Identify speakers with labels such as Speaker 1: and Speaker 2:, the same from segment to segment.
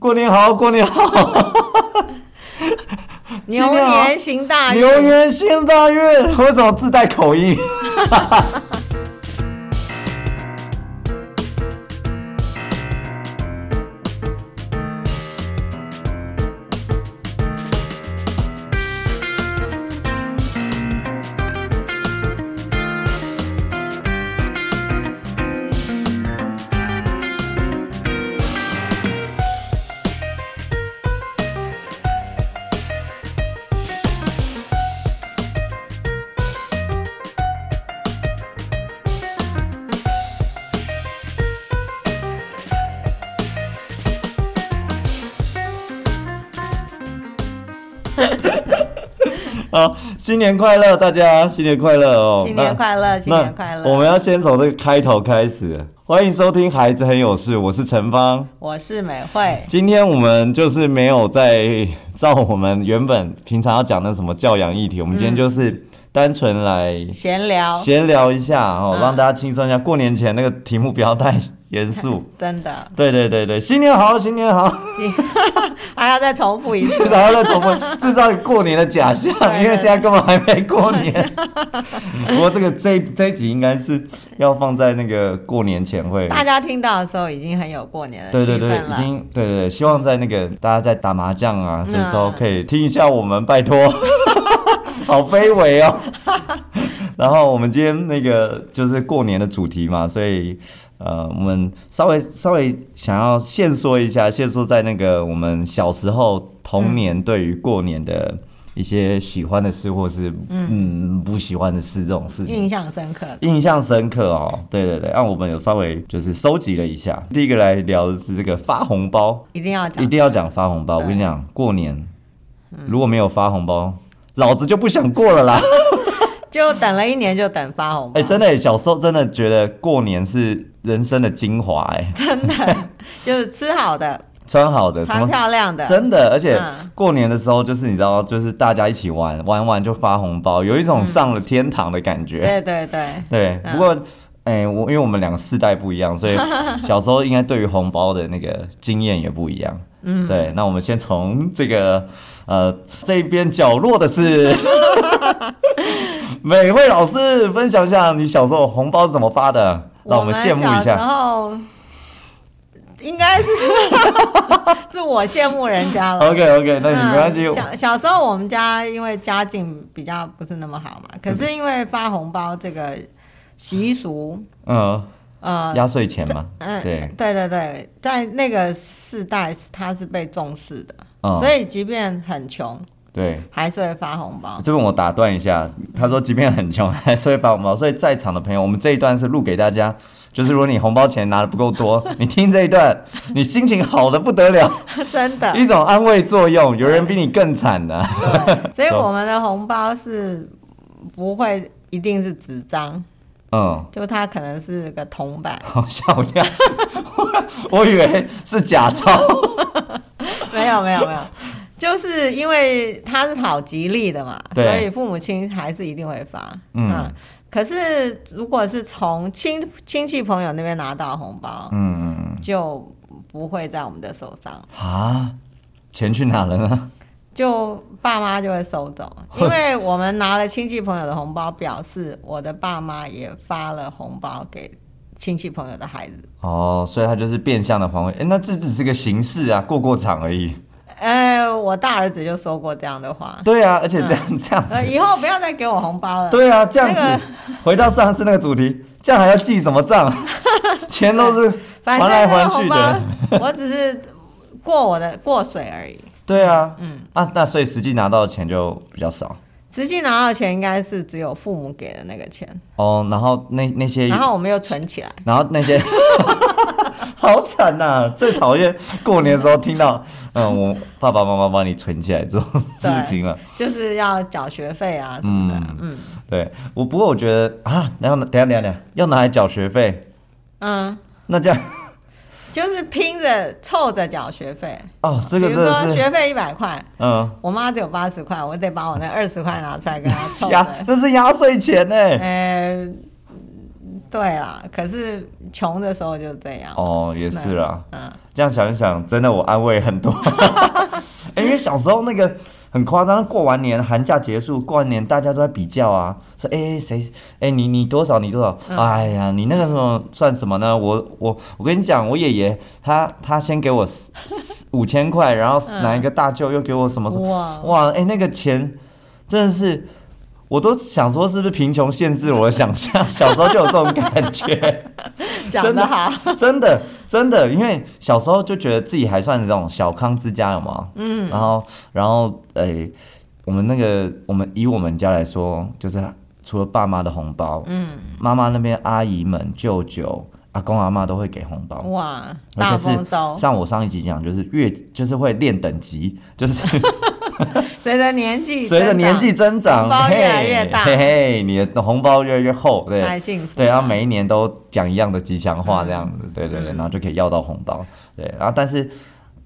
Speaker 1: 过年好，过年 好，
Speaker 2: 牛年行大
Speaker 1: 牛
Speaker 2: 运。
Speaker 1: 年行大运。我怎么自带口音？啊，新年快乐，大家新年快乐哦！
Speaker 2: 新年快乐，
Speaker 1: 那
Speaker 2: 新年快
Speaker 1: 那我
Speaker 2: 乐！
Speaker 1: 们要先从这个开头开始，欢迎收听《孩子很有事》，我是陈芳。
Speaker 2: 我是美惠，
Speaker 1: 今天我们就是没有在照我们原本平常要讲的什么教养议题，我们今天
Speaker 2: 嗯
Speaker 1: 就是单纯来
Speaker 2: 闲聊，
Speaker 1: 闲聊一下哦，
Speaker 2: 嗯
Speaker 1: 让大家轻松一下。过年前那个题目不要太严肃。
Speaker 2: 真的，
Speaker 1: 对对对对，新年好，新年好，
Speaker 2: 还要再重复一次。
Speaker 1: 然后再重复制造过年的假象
Speaker 2: 对，对
Speaker 1: 因为现在根本还没过年。不过这个这这一集应该是要放在那个过年前会。
Speaker 2: 大家听到的时候已经很有过年的
Speaker 1: 对对
Speaker 2: 气氛
Speaker 1: 对，已
Speaker 2: 了。
Speaker 1: 经对对对，希望在那个大家在打麻将啊，这时候
Speaker 2: 嗯
Speaker 1: 可以听一下我们，拜 托，好卑微哦。 然后我们今天那个就是过年的主题嘛，所以呃，我们稍微稍微想要限缩一下，限缩在那个我们小时候童年对于过年的一些喜欢的事，或是嗯不喜欢的事这种事情。
Speaker 2: 印象深刻，
Speaker 1: 印象深刻哦，对对对，让、我们有稍微就是收集了一下。第一个来聊的是这个发红包，
Speaker 2: 一定要
Speaker 1: 一
Speaker 2: 讲。
Speaker 1: 定要讲发红包。我
Speaker 2: 对嗯
Speaker 1: 跟你讲，过年如果没有发红包，老子就不想过了 啦。
Speaker 2: 就等了一年，就等发红包。
Speaker 1: 哎、真的耶，小时候真的觉得过年是人生的精华，哎，
Speaker 2: 就是吃好的，
Speaker 1: 穿好的什
Speaker 2: 穿
Speaker 1: 么。
Speaker 2: 漂亮的，
Speaker 1: 真的，而且
Speaker 2: 嗯
Speaker 1: 过年的时候，就是你知道，就是大家一起玩，玩完就发红包，有一
Speaker 2: 嗯
Speaker 1: 种上了天堂的感觉。
Speaker 2: 对对对，
Speaker 1: 对，不过，哎、我因为我们两个世代不一样， 所以小时候应该对于红包的那个经验也不一样。嗯，对，那我们先从这个呃这边角落的 是美惠老师分享一下你小时候红包是怎么发的，让我们羡慕
Speaker 2: 小
Speaker 1: 一
Speaker 2: 时
Speaker 1: 下。
Speaker 2: 候应该是 是我羡慕人家了。
Speaker 1: OK OK，那你没关系
Speaker 2: 嗯，小小时候我们家因为家境比较不是那么好嘛，
Speaker 1: 嗯
Speaker 2: 可是因为发红包这个习俗，
Speaker 1: 嗯，
Speaker 2: 呃，
Speaker 1: 压岁钱嘛，
Speaker 2: 嗯，
Speaker 1: 对，
Speaker 2: 对对对，在那个世代它是被重视的，
Speaker 1: 嗯，
Speaker 2: 所以即便很穷，
Speaker 1: 对。
Speaker 2: 还是会发红 包。
Speaker 1: 啊这边我打断一下，他说即便很穷， 还是会发红包。所以在场的朋友，我们这一段是录给大家，就是如果你红包钱拿的不够多， 你听这一段，你心情好的不得了，
Speaker 2: 真的，
Speaker 1: 一种安慰作用。有人比你更惨的，
Speaker 2: 所以我们的红包是不会一定是纸张，
Speaker 1: 嗯，，
Speaker 2: 就它可能是个铜板
Speaker 1: 好吓我一跳， 我我以为是假钞，
Speaker 2: 没有没有没有，就是因为它是好吉利的嘛，
Speaker 1: 对
Speaker 2: 所以父母亲还是一定会发。啊
Speaker 1: 嗯
Speaker 2: 可是如果是从亲亲戚朋友那边拿到红包，
Speaker 1: 嗯
Speaker 2: 就不会在我们的手上，
Speaker 1: 啊，钱去哪了呢？
Speaker 2: 就爸妈就会 收走，因为我们拿了亲戚朋友的红包，表示我的爸妈也发了红包给亲戚朋友的孩子。
Speaker 1: 哦，所以他就是变相的还回，哎、那这只是个形式啊，过过场而已。
Speaker 2: 呃，我大儿子就说过这样的话，
Speaker 1: 对啊，而且这样、这样子
Speaker 2: 呃，以后不要再给我红包了。
Speaker 1: 对啊，这样子、
Speaker 2: 嗯那个
Speaker 1: 回到上次那个主题，这样还要记什么账？啊 钱都是还
Speaker 2: 反正
Speaker 1: 来
Speaker 2: 那个
Speaker 1: 还去
Speaker 2: 红
Speaker 1: 的。
Speaker 2: 包，我只是过我的过水而已。
Speaker 1: 对啊，
Speaker 2: 嗯
Speaker 1: 啊，那所以实际拿到的钱就比较少
Speaker 2: 实际拿到的钱应该是只有父母给的那个钱，
Speaker 1: 哦。然后那那些，
Speaker 2: 然后我们又存起来。
Speaker 1: 然后那 些，好惨呐、最讨厌过年的时候听到，嗯，我爸爸妈妈帮你存起来这种事情啊了。
Speaker 2: 就是要缴学费啊什么的，嗯
Speaker 1: 对我，不过我觉得啊，然后呢等一下等一下等一下，要拿来缴学费，
Speaker 2: 嗯，
Speaker 1: 那这样
Speaker 2: 就是拼着凑着缴学费。
Speaker 1: 哦，这
Speaker 2: 比
Speaker 1: 个
Speaker 2: 如
Speaker 1: 真的
Speaker 2: 说
Speaker 1: 是，
Speaker 2: 学费一百块，
Speaker 1: 嗯，
Speaker 2: 我妈只有八十块，我得把我那二十块拿出来跟她凑
Speaker 1: 压
Speaker 2: 着。
Speaker 1: 那是压岁钱呢、
Speaker 2: 呃，对啦，可是穷的时候就这样。
Speaker 1: 哦，也是啦。
Speaker 2: 嗯，
Speaker 1: 这样想一想，真的我安慰很多。 哎因为小时候那个很夸张，过完年寒假结束，过完年大家都在比较啊，说哎谁哎你你多少你多少，哎呀你那个什么算什么呢？我我我跟你讲，我爷爷他他先给我四四五千块，然后
Speaker 2: 嗯
Speaker 1: 拿一个大舅又给我什么什么，
Speaker 2: 哇，
Speaker 1: 哇哎那个钱真的是。我都想说，是不是贫穷限制我的想象？小时候就有这种感觉。
Speaker 2: 讲得好，
Speaker 1: 真的，啊真的，因为小时候就觉得自己还算是这种小康之家，有吗？嗯，然后，然后，诶、我们那个，我们以我们家来说，就是除了爸妈的红包，
Speaker 2: 嗯，
Speaker 1: 妈妈那边阿姨们、舅舅、阿公阿妈都会给红包。
Speaker 2: 哇，大
Speaker 1: 而且
Speaker 2: 丰
Speaker 1: 是
Speaker 2: 收，
Speaker 1: 像我上一集讲，就是越就是会练等级，就是
Speaker 2: 随着年纪，
Speaker 1: 随着年纪，增长，
Speaker 2: 红包越来
Speaker 1: 嘿
Speaker 2: 越大
Speaker 1: 嘿
Speaker 2: 哎
Speaker 1: 嘿，你的红包越来越厚，对，
Speaker 2: 太幸福，
Speaker 1: 对，然后每一年都讲一样的吉祥话这样
Speaker 2: 嗯
Speaker 1: 子，对对对，然后就可以要到红包，对，然后但是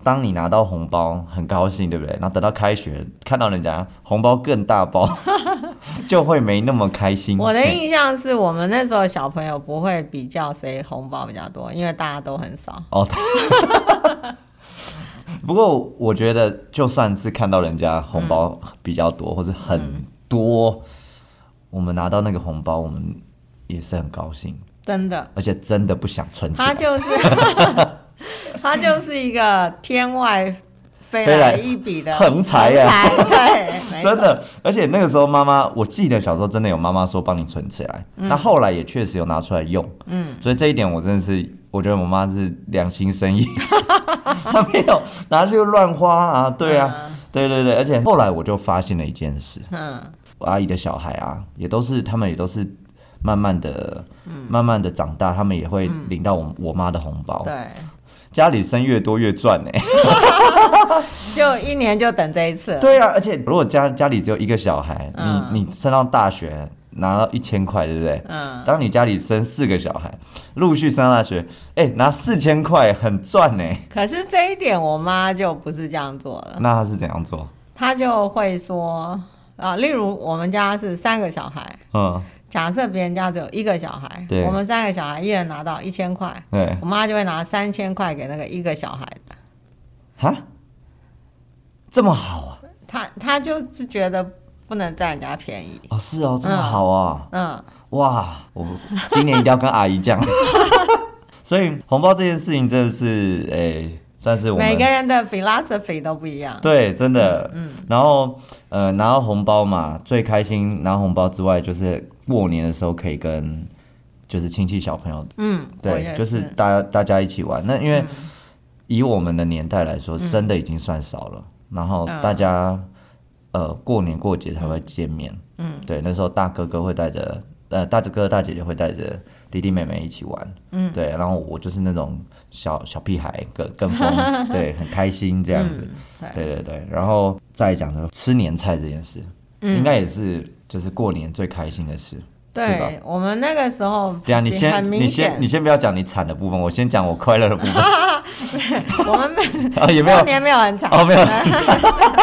Speaker 1: 当你拿到红包，很高兴，对不对？然后等到开学，看到人家红包更大包， 就会没那么开心。
Speaker 2: 我的
Speaker 1: 嘿
Speaker 2: 印象是我们那时候小朋友不会比较谁红包比较多，因为大家都很少。
Speaker 1: 哦， 不过我觉得，就算是看到人家红包
Speaker 2: 嗯
Speaker 1: 比较多，或者很多，我们拿到那个红包，我们也是很高兴，
Speaker 2: 真的，
Speaker 1: 而且真的不想存起
Speaker 2: 他
Speaker 1: 来。
Speaker 2: 就是 他就是一个天外 飞
Speaker 1: 飞
Speaker 2: 来
Speaker 1: 来
Speaker 2: 一笔的
Speaker 1: 横财呀
Speaker 2: 横财对，没错
Speaker 1: 真，的，而且那个时候妈妈，我记得小时候真的有妈妈说帮你存起来，那、后来也确实有拿出来用，
Speaker 2: 嗯，
Speaker 1: 所以这一点我真的是，我觉得我妈是良心生意， 她没有拿去乱花啊，对啊，
Speaker 2: 嗯
Speaker 1: 对对对，而且后来我就发现了一件事，
Speaker 2: 嗯，
Speaker 1: 我阿姨的小孩啊，也都是他们也都是慢慢的、
Speaker 2: 嗯
Speaker 1: 慢慢的长大，他们也会领到我、我妈的红包，
Speaker 2: 对，
Speaker 1: 家里生越多越赚哎、
Speaker 2: 就一年就等这一次了。
Speaker 1: 对啊，而且如果家家里只有一个小孩，
Speaker 2: 嗯
Speaker 1: 你你升到大学拿到一千块，对不对？
Speaker 2: 嗯，
Speaker 1: 当你家里生四个小孩，陆续上大学，哎、拿四千块很赚呢、
Speaker 2: 可是这一点我妈就不是这样做了，
Speaker 1: 那他是怎样做？
Speaker 2: 她就会说啊，例如我们家是三个小孩，
Speaker 1: 嗯，
Speaker 2: 假设别人家只有一个小孩，
Speaker 1: 对
Speaker 2: 我们三个小孩一人拿到一千块，
Speaker 1: 对，
Speaker 2: 我妈就会拿三千块给那个一个小孩的，
Speaker 1: 哈，这么好啊？
Speaker 2: 她她就是觉得不能占人家便宜，
Speaker 1: 哦，是哦，这么好啊！
Speaker 2: 嗯，
Speaker 1: 哇，我今年一定要跟阿姨 讲。所以红包这件事情真的是，哎、算是我们
Speaker 2: 每个人的 philosophy 都不一样，
Speaker 1: 对，真的。嗯，然后呃，拿到红包嘛，最开心拿红包之外，就是过年的时候可以跟就是亲戚小朋友，
Speaker 2: 嗯，我
Speaker 1: 对
Speaker 2: 也，
Speaker 1: 就是
Speaker 2: 是，
Speaker 1: 大家大家一起玩。那因为以我们的年代来说，生的已经算少了，然后
Speaker 2: 嗯
Speaker 1: 大家呃过年过节才会见面。
Speaker 2: 嗯，
Speaker 1: 对，那时候大哥哥会带着呃大哥哥大姐姐会带着弟弟妹妹一起玩。
Speaker 2: 嗯，
Speaker 1: 对，然后我就是那种小小屁孩，跟跟 风，对，很开心这样子。
Speaker 2: 嗯，对，
Speaker 1: 对对对，然后再讲呢，吃年菜这件事，应该也是就是过年最开心的事。是吧
Speaker 2: 嗯对我们那个时候很，
Speaker 1: 对啊，你
Speaker 2: 很
Speaker 1: 先
Speaker 2: 明
Speaker 1: 你先
Speaker 2: 显
Speaker 1: 你，先不要讲你惨的部分，我先讲我快乐的部分啊、
Speaker 2: 我们没
Speaker 1: 也没
Speaker 2: 过
Speaker 1: 有
Speaker 2: 年没有很惨，
Speaker 1: 哦，没有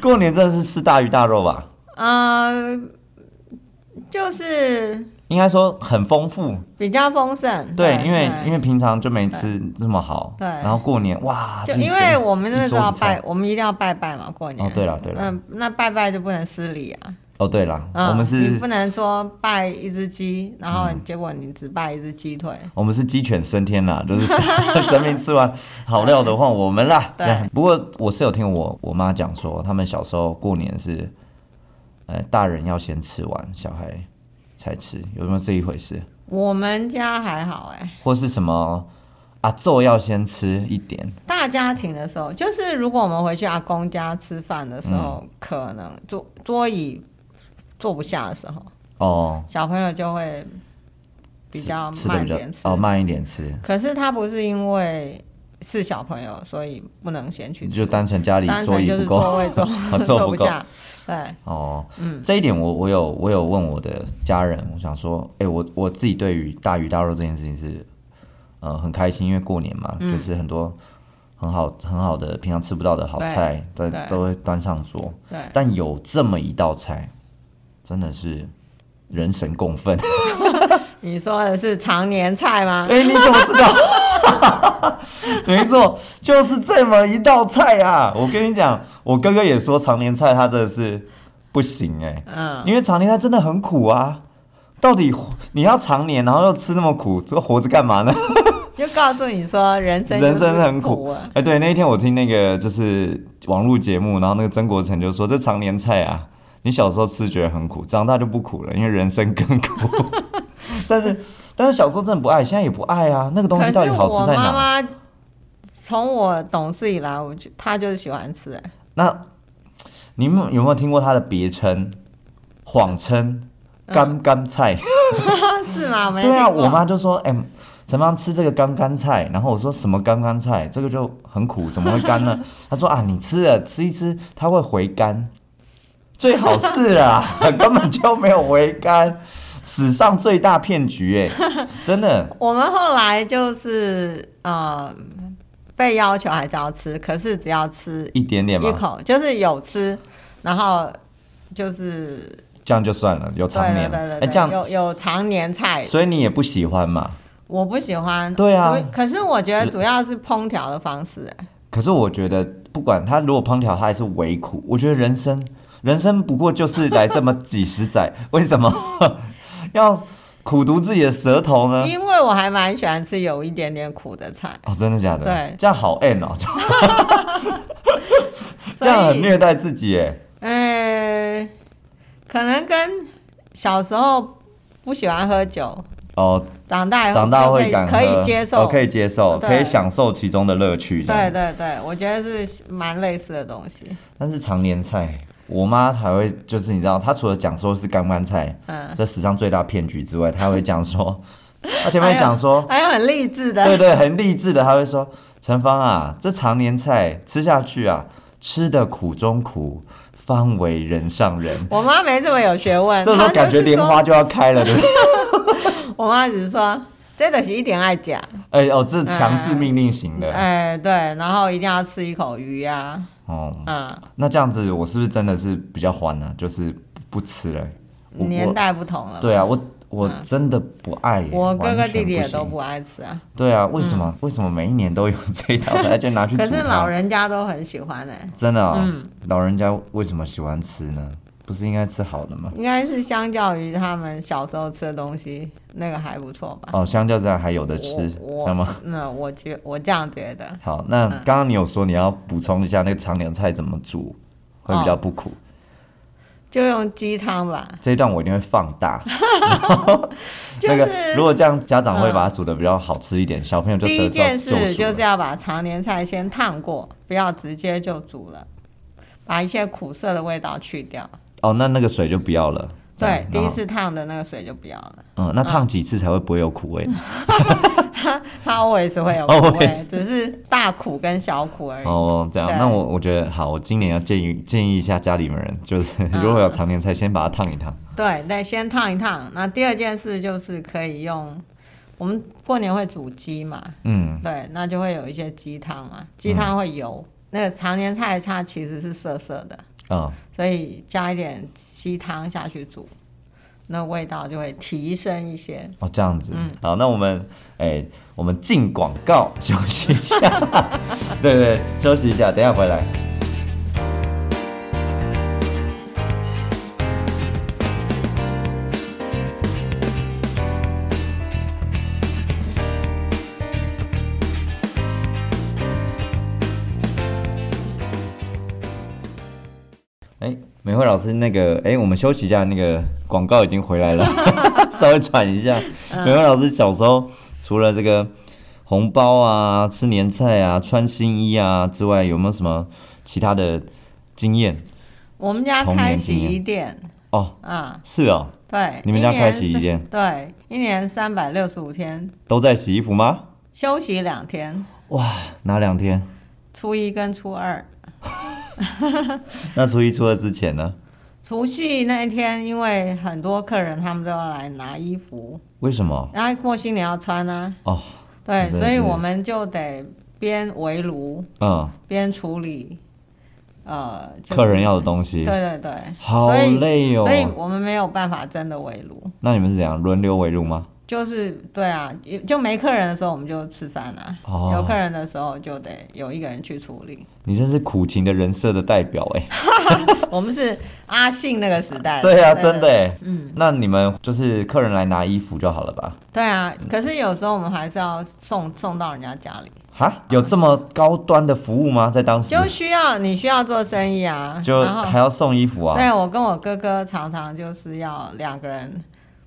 Speaker 1: 过年真的是吃大鱼大肉吧？
Speaker 2: 嗯，就是
Speaker 1: 应该说很丰富，
Speaker 2: 比较丰盛。
Speaker 1: 对，因为因
Speaker 2: 为
Speaker 1: 为平常就没吃这么好，
Speaker 2: 对
Speaker 1: 然后过年哇，
Speaker 2: 就
Speaker 1: 一
Speaker 2: 因为
Speaker 1: 整
Speaker 2: 我们那
Speaker 1: 啊一
Speaker 2: 时候要
Speaker 1: 桌子菜
Speaker 2: 拜，我们一定要拜拜嘛，过年。
Speaker 1: 哦对了对了
Speaker 2: 嗯，那拜拜就不能失礼啊。
Speaker 1: 哦，对了，
Speaker 2: 嗯，
Speaker 1: 我们
Speaker 2: 你
Speaker 1: 是嗯
Speaker 2: 不能说拜一只鸡，然后结果你只拜一只鸡腿。
Speaker 1: 我们是鸡犬升天啦，就是神 神明吃完好料的换我们啦。
Speaker 2: 对
Speaker 1: 这样不过我是有听我我妈讲说，他们小时候过年是，呃，大人要先吃完，小孩才吃，有没有这一回事？
Speaker 2: 我们家还好哎、
Speaker 1: 或是什么阿昼要先吃一点？
Speaker 2: 大家庭的时候，就是如果我们回去阿公家吃饭的时候，
Speaker 1: 嗯
Speaker 2: 可能桌桌椅坐不下的时候，
Speaker 1: 哦，
Speaker 2: 小朋友就会比较
Speaker 1: 吃的
Speaker 2: 慢
Speaker 1: 比较
Speaker 2: 点吃。
Speaker 1: 哦慢一点吃，
Speaker 2: 可是他不是因为是小朋友，所以不能先去
Speaker 1: 就
Speaker 2: 吃，
Speaker 1: 单纯家里
Speaker 2: 单
Speaker 1: 桌
Speaker 2: 纯
Speaker 1: 椅
Speaker 2: 就是
Speaker 1: 不够
Speaker 2: 座位 坐
Speaker 1: 坐
Speaker 2: 坐
Speaker 1: 不
Speaker 2: 不
Speaker 1: 够。
Speaker 2: 下。对，
Speaker 1: 哦，
Speaker 2: 嗯
Speaker 1: 这一点我我有我有问我的家人，我想说，哎、我我自己对于大鱼大肉这件事情是，呃，很开心，因为过年嘛，
Speaker 2: 嗯
Speaker 1: 就是很多很好很好的平常吃不到的好菜，都
Speaker 2: 对
Speaker 1: 都会端上桌。
Speaker 2: 对
Speaker 1: 但有这么一道菜，真的是人神共愤，
Speaker 2: 你说的是常年菜 吗？
Speaker 1: 哎，你怎么知道？ 没错，就是这么一道菜啊！我跟你讲，我哥哥也说常年菜他真的是不行哎、
Speaker 2: 嗯，
Speaker 1: 因为常年菜真的很苦啊。到底活你要常年，然后又吃那么苦，这活着干嘛呢？
Speaker 2: 就告诉你说人生
Speaker 1: 人生
Speaker 2: 就是
Speaker 1: 很
Speaker 2: 苦
Speaker 1: 苦
Speaker 2: 啊。。
Speaker 1: 哎，对，那一天我听那个就是网络节目，然后那个曾国成就说，这常年菜啊，你小时候吃觉得很苦，长大就不苦了，因为人生更苦。 但是但是小时候真的不爱，现在也不爱啊。那个东
Speaker 2: 可
Speaker 1: 西
Speaker 2: 是
Speaker 1: 到底好
Speaker 2: 我
Speaker 1: 吃在哪？
Speaker 2: 妈妈从我懂事以来，我就她就是喜欢吃、哎
Speaker 1: 那你们有没有听过它的别称？谎称干干菜。
Speaker 2: 是嗯吗？我没
Speaker 1: 对啊，
Speaker 2: 听过
Speaker 1: 我妈就说：“哎、陈芳吃这个干干菜。”然后我说：“什么干干菜？这个就很苦，怎么会干呢？” 她说：“啊，你吃了吃一吃，它会回甘。最好是啊， 根本就没有回甘，史上最大骗局哎、真的。
Speaker 2: 我们后来就是呃被要求还是要吃，可是只要吃
Speaker 1: 一点点
Speaker 2: 一
Speaker 1: 嘛，
Speaker 2: 口，就是 有吃，然后就是
Speaker 1: 这样就算了，有常
Speaker 2: 对对
Speaker 1: 年
Speaker 2: 对
Speaker 1: 了。
Speaker 2: 对
Speaker 1: 哎、
Speaker 2: 对，
Speaker 1: 这样，
Speaker 2: 有有常年菜，
Speaker 1: 所以你也不喜欢嘛？
Speaker 2: 我不喜欢。
Speaker 1: 对啊
Speaker 2: 主可是我觉得主要是烹调的方式、哎
Speaker 1: 可是我觉得，不管他如果烹调，他还是微苦。我觉得人生，人生不过就是来这么几十载，为什么 要苦读自己的舌头呢？
Speaker 2: 因为我还蛮喜欢吃有一点点苦的菜，
Speaker 1: 哦，真的假的？
Speaker 2: 对
Speaker 1: 这样好 N 哦， 这
Speaker 2: 所
Speaker 1: 样很
Speaker 2: 以
Speaker 1: 虐待自己耶。
Speaker 2: 呃，可能跟小时候不喜欢喝酒，
Speaker 1: 哦，
Speaker 2: 长大以后
Speaker 1: 长大
Speaker 2: 就
Speaker 1: 会敢喝
Speaker 2: 哎可以接受，
Speaker 1: 哦，可以接受，
Speaker 2: 对
Speaker 1: 可以享受其中的乐趣。这样
Speaker 2: 对对对，我觉得是蛮类似的东西。
Speaker 1: 但是常年菜，我妈还会就是你知道，她除了讲说是干干菜，
Speaker 2: 嗯，
Speaker 1: 这史上最大骗局之外，她还会讲说，她
Speaker 2: 哎
Speaker 1: 前面讲说。
Speaker 2: 还有很励志的，
Speaker 1: 对对，很励志的，他会说：“陈芳啊，这常年菜吃下去啊，吃的苦中苦，方为人上人。
Speaker 2: 我妈没这么有学”问，
Speaker 1: 这时候
Speaker 2: 她
Speaker 1: 感
Speaker 2: 嗯
Speaker 1: 觉
Speaker 2: 就是
Speaker 1: 莲
Speaker 2: 说
Speaker 1: 花就要开了，对不对？
Speaker 2: 我妈只是说，这东西一点爱讲，
Speaker 1: 哎哦，这
Speaker 2: 嗯
Speaker 1: 强制命令型的。
Speaker 2: 哎，对，然后一定要吃一口鱼啊，
Speaker 1: 哦，
Speaker 2: 嗯，
Speaker 1: 那这样子我是不是真的是比较欢呢、就是不吃了。我
Speaker 2: 年代不同了。
Speaker 1: 对啊，，我我
Speaker 2: 嗯
Speaker 1: 真的不爱耶、
Speaker 2: 我哥
Speaker 1: 完
Speaker 2: 哥
Speaker 1: 全
Speaker 2: 弟弟也
Speaker 1: 行
Speaker 2: 都不爱吃啊，
Speaker 1: 对啊，为什么、为什么每一年都有 这一道菜，而且拿去煮
Speaker 2: 可
Speaker 1: 汤？
Speaker 2: 是老人家都很喜欢哎、
Speaker 1: 真的、哦，老人家为什么喜欢吃呢？不是应该吃好的吗？
Speaker 2: 应该是相较于他们小时候吃的东西，那个还不错吧。
Speaker 1: 哦，相较之下还有的吃，
Speaker 2: 嗯我嗯
Speaker 1: 那么
Speaker 2: 我那我觉我这样觉得，
Speaker 1: 好，那刚刚你有说你要补充一下那个常年菜怎么煮会比较不苦，
Speaker 2: 嗯就用鸡汤吧，
Speaker 1: 这一段我一定会放 大。
Speaker 2: 就
Speaker 1: 那
Speaker 2: 是、嗯
Speaker 1: 个如果这样，家长会把它煮的比较好吃一点，小朋友就
Speaker 2: 第
Speaker 1: 得
Speaker 2: 一
Speaker 1: 到
Speaker 2: 件
Speaker 1: 救
Speaker 2: 事
Speaker 1: 赎
Speaker 2: 就
Speaker 1: 了
Speaker 2: 是。要把常年菜先烫过，不要直接就煮了，把一些苦涩的味道去掉。
Speaker 1: 哦，那那个水就不要了。
Speaker 2: 对，
Speaker 1: 这样
Speaker 2: 第一。
Speaker 1: 嗯然后
Speaker 2: 次烫的那个水就不要了，
Speaker 1: 嗯，那烫几次才会不会有苦
Speaker 2: 嗯
Speaker 1: 味呢？
Speaker 2: 它 always 会有苦 味
Speaker 1: Always，
Speaker 2: 只是大苦跟小苦而已。
Speaker 1: 哦，这样，
Speaker 2: 对
Speaker 1: 那我我觉得好，我今年要建议建议一下家里面人，就是
Speaker 2: 嗯
Speaker 1: 如果有常年菜，先把它烫一烫。
Speaker 2: 对，那先烫一烫。那第二件事就是可以用，我们过年会煮鸡嘛，
Speaker 1: 嗯，
Speaker 2: 对，那就会有一些鸡汤嘛，鸡汤会油。那个常年菜它其实是涩涩的，
Speaker 1: 哦，
Speaker 2: 所以加一点鸡汤下去煮，那味道就会提升一些。
Speaker 1: 哦，这样子，好，那我们，哎、我们进广告休息一下，对对，休息一下，等一下回来。哎，美惠老师，那个，哎、我们休息一下，那个广告已经回来了， 稍微喘一下。美惠老师小时候除了这个红包啊、吃年菜啊、穿新衣啊之外，有没有什么其他的经验？
Speaker 2: 我们家
Speaker 1: 童年
Speaker 2: 开洗
Speaker 1: 经验
Speaker 2: 衣店
Speaker 1: 哦，
Speaker 2: 啊、
Speaker 1: 是哦，
Speaker 2: 对，
Speaker 1: 你们
Speaker 2: 一
Speaker 1: 家开
Speaker 2: 年
Speaker 1: 洗衣
Speaker 2: 是
Speaker 1: 店？
Speaker 2: 对，一年三百六十五天，
Speaker 1: 都在洗衣服吗？
Speaker 2: 休息两天，
Speaker 1: 哇，哪两天？
Speaker 2: 初一跟初二。
Speaker 1: 那初一、初二之前呢？
Speaker 2: 除夕那一天，因为很多客人他们都要来拿衣服，
Speaker 1: 为什么？
Speaker 2: 然后过新年要穿啊，
Speaker 1: 哦，
Speaker 2: 对，
Speaker 1: 真的
Speaker 2: 所以
Speaker 1: 是
Speaker 2: 我们就得边围炉
Speaker 1: 嗯，
Speaker 2: 边处理，呃，就是
Speaker 1: 客人要的东西
Speaker 2: 对，对对，
Speaker 1: 好
Speaker 2: 所以
Speaker 1: 累
Speaker 2: 所以
Speaker 1: 哦。
Speaker 2: 我们没有办法真的围炉，
Speaker 1: 那你们是怎样轮流围炉吗？
Speaker 2: 就是对啊，也就没客人的时候我们就吃饭啊，
Speaker 1: 哦
Speaker 2: 有客人的时候就得有一个人去处理。
Speaker 1: 你真是苦情的人设的代表哎、
Speaker 2: 我们是阿信那个时代的，
Speaker 1: 对啊，真的哎、
Speaker 2: 嗯，
Speaker 1: 那你们就是客人来拿衣服就好了吧？
Speaker 2: 对啊。可是有时候我们还是要送送到人家家里，
Speaker 1: 哈，有这么高端的服务吗？在当时
Speaker 2: 就需要你需要做生意啊，
Speaker 1: 就
Speaker 2: 然后
Speaker 1: 还要送衣服啊？
Speaker 2: 对我跟我哥哥常常就是要两个人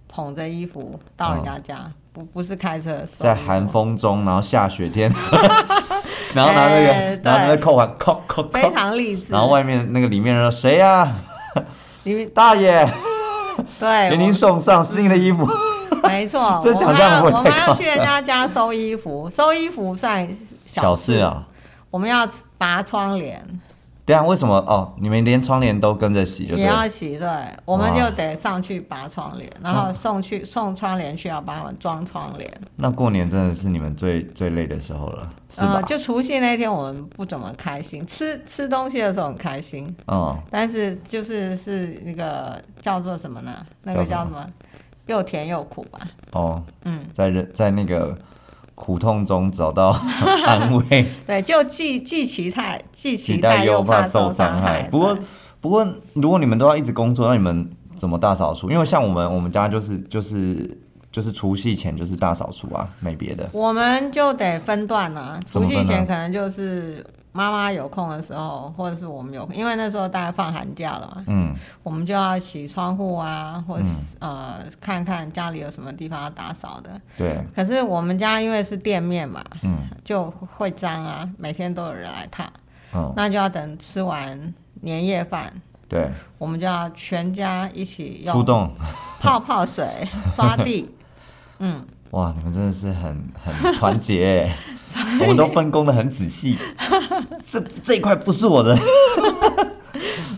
Speaker 2: 捧着衣服到人家家，不不是开车的时
Speaker 1: 嗯
Speaker 2: 候，
Speaker 1: 在寒风中，然后下雪 天， 然后拿那
Speaker 2: 哎
Speaker 1: 个，
Speaker 2: 对
Speaker 1: 然后那个扣环扣扣
Speaker 2: 非
Speaker 1: 扣，
Speaker 2: 常励志。
Speaker 1: 然后外面那个里面人说谁呀、啊，
Speaker 2: 因为
Speaker 1: 大爷，
Speaker 2: 对，
Speaker 1: 给
Speaker 2: 我
Speaker 1: 哎您送上适应的衣服。
Speaker 2: 没错，我
Speaker 1: 这想
Speaker 2: 们还
Speaker 1: 象
Speaker 2: 要
Speaker 1: 会
Speaker 2: 我
Speaker 1: 不会啊
Speaker 2: 们
Speaker 1: 太
Speaker 2: 还
Speaker 1: 高
Speaker 2: 要去人家家收衣服，收衣服算
Speaker 1: 小
Speaker 2: 事
Speaker 1: 事。啊，
Speaker 2: 我们要拔窗帘，
Speaker 1: 对啊，为什么哦？你们连窗帘都跟着洗就对
Speaker 2: 也
Speaker 1: 了
Speaker 2: 要洗，对，我们就得上去拔窗帘，然
Speaker 1: 嗯
Speaker 2: 后送去送窗帘去，要帮他们装窗帘。
Speaker 1: 那过年真的是你们最最累的时候了，是吧
Speaker 2: 嗯，？就除夕那天我们不怎么开心，吃吃东西的时候很开心，
Speaker 1: 嗯，
Speaker 2: 但是就是是那个叫做什么呢？那个
Speaker 1: 叫
Speaker 2: 叫
Speaker 1: 什
Speaker 2: 什么？又甜又苦吧，
Speaker 1: 哦，
Speaker 2: 嗯，
Speaker 1: 在人在那个苦痛中找到 安慰，
Speaker 2: 对，就既既期待，既期
Speaker 1: 期
Speaker 2: 待
Speaker 1: 待又
Speaker 2: 怕
Speaker 1: 怕
Speaker 2: 受
Speaker 1: 受
Speaker 2: 伤
Speaker 1: 伤害。不
Speaker 2: 对
Speaker 1: 过不过，如果你们都要一直工作，那你们怎么大扫除？因为像我们我们家就是就是就是除夕前就是大扫除啊，没别的。
Speaker 2: 我们就得分段啊，
Speaker 1: 怎
Speaker 2: 除
Speaker 1: 么
Speaker 2: 夕
Speaker 1: 分段
Speaker 2: 前可能就是妈妈有空的时候，或者是我们有空，因为那时候大家放寒假了嘛，
Speaker 1: 嗯，
Speaker 2: 我们就要洗窗户啊，或者是、呃看看家里有什么地方要打扫的。
Speaker 1: 对，
Speaker 2: 可是我们家因为是店面嘛，
Speaker 1: 嗯
Speaker 2: 就会脏啊，每天都有人来踏，
Speaker 1: 嗯，
Speaker 2: 那就要等吃完年夜饭，
Speaker 1: 对，
Speaker 2: 我们就要全家一起
Speaker 1: 出
Speaker 2: 用
Speaker 1: 动。
Speaker 2: 泡泡水 刷地。嗯，
Speaker 1: 哇，你们真的是很很团结 耶，我们都分工的很仔细。这这一块不是我的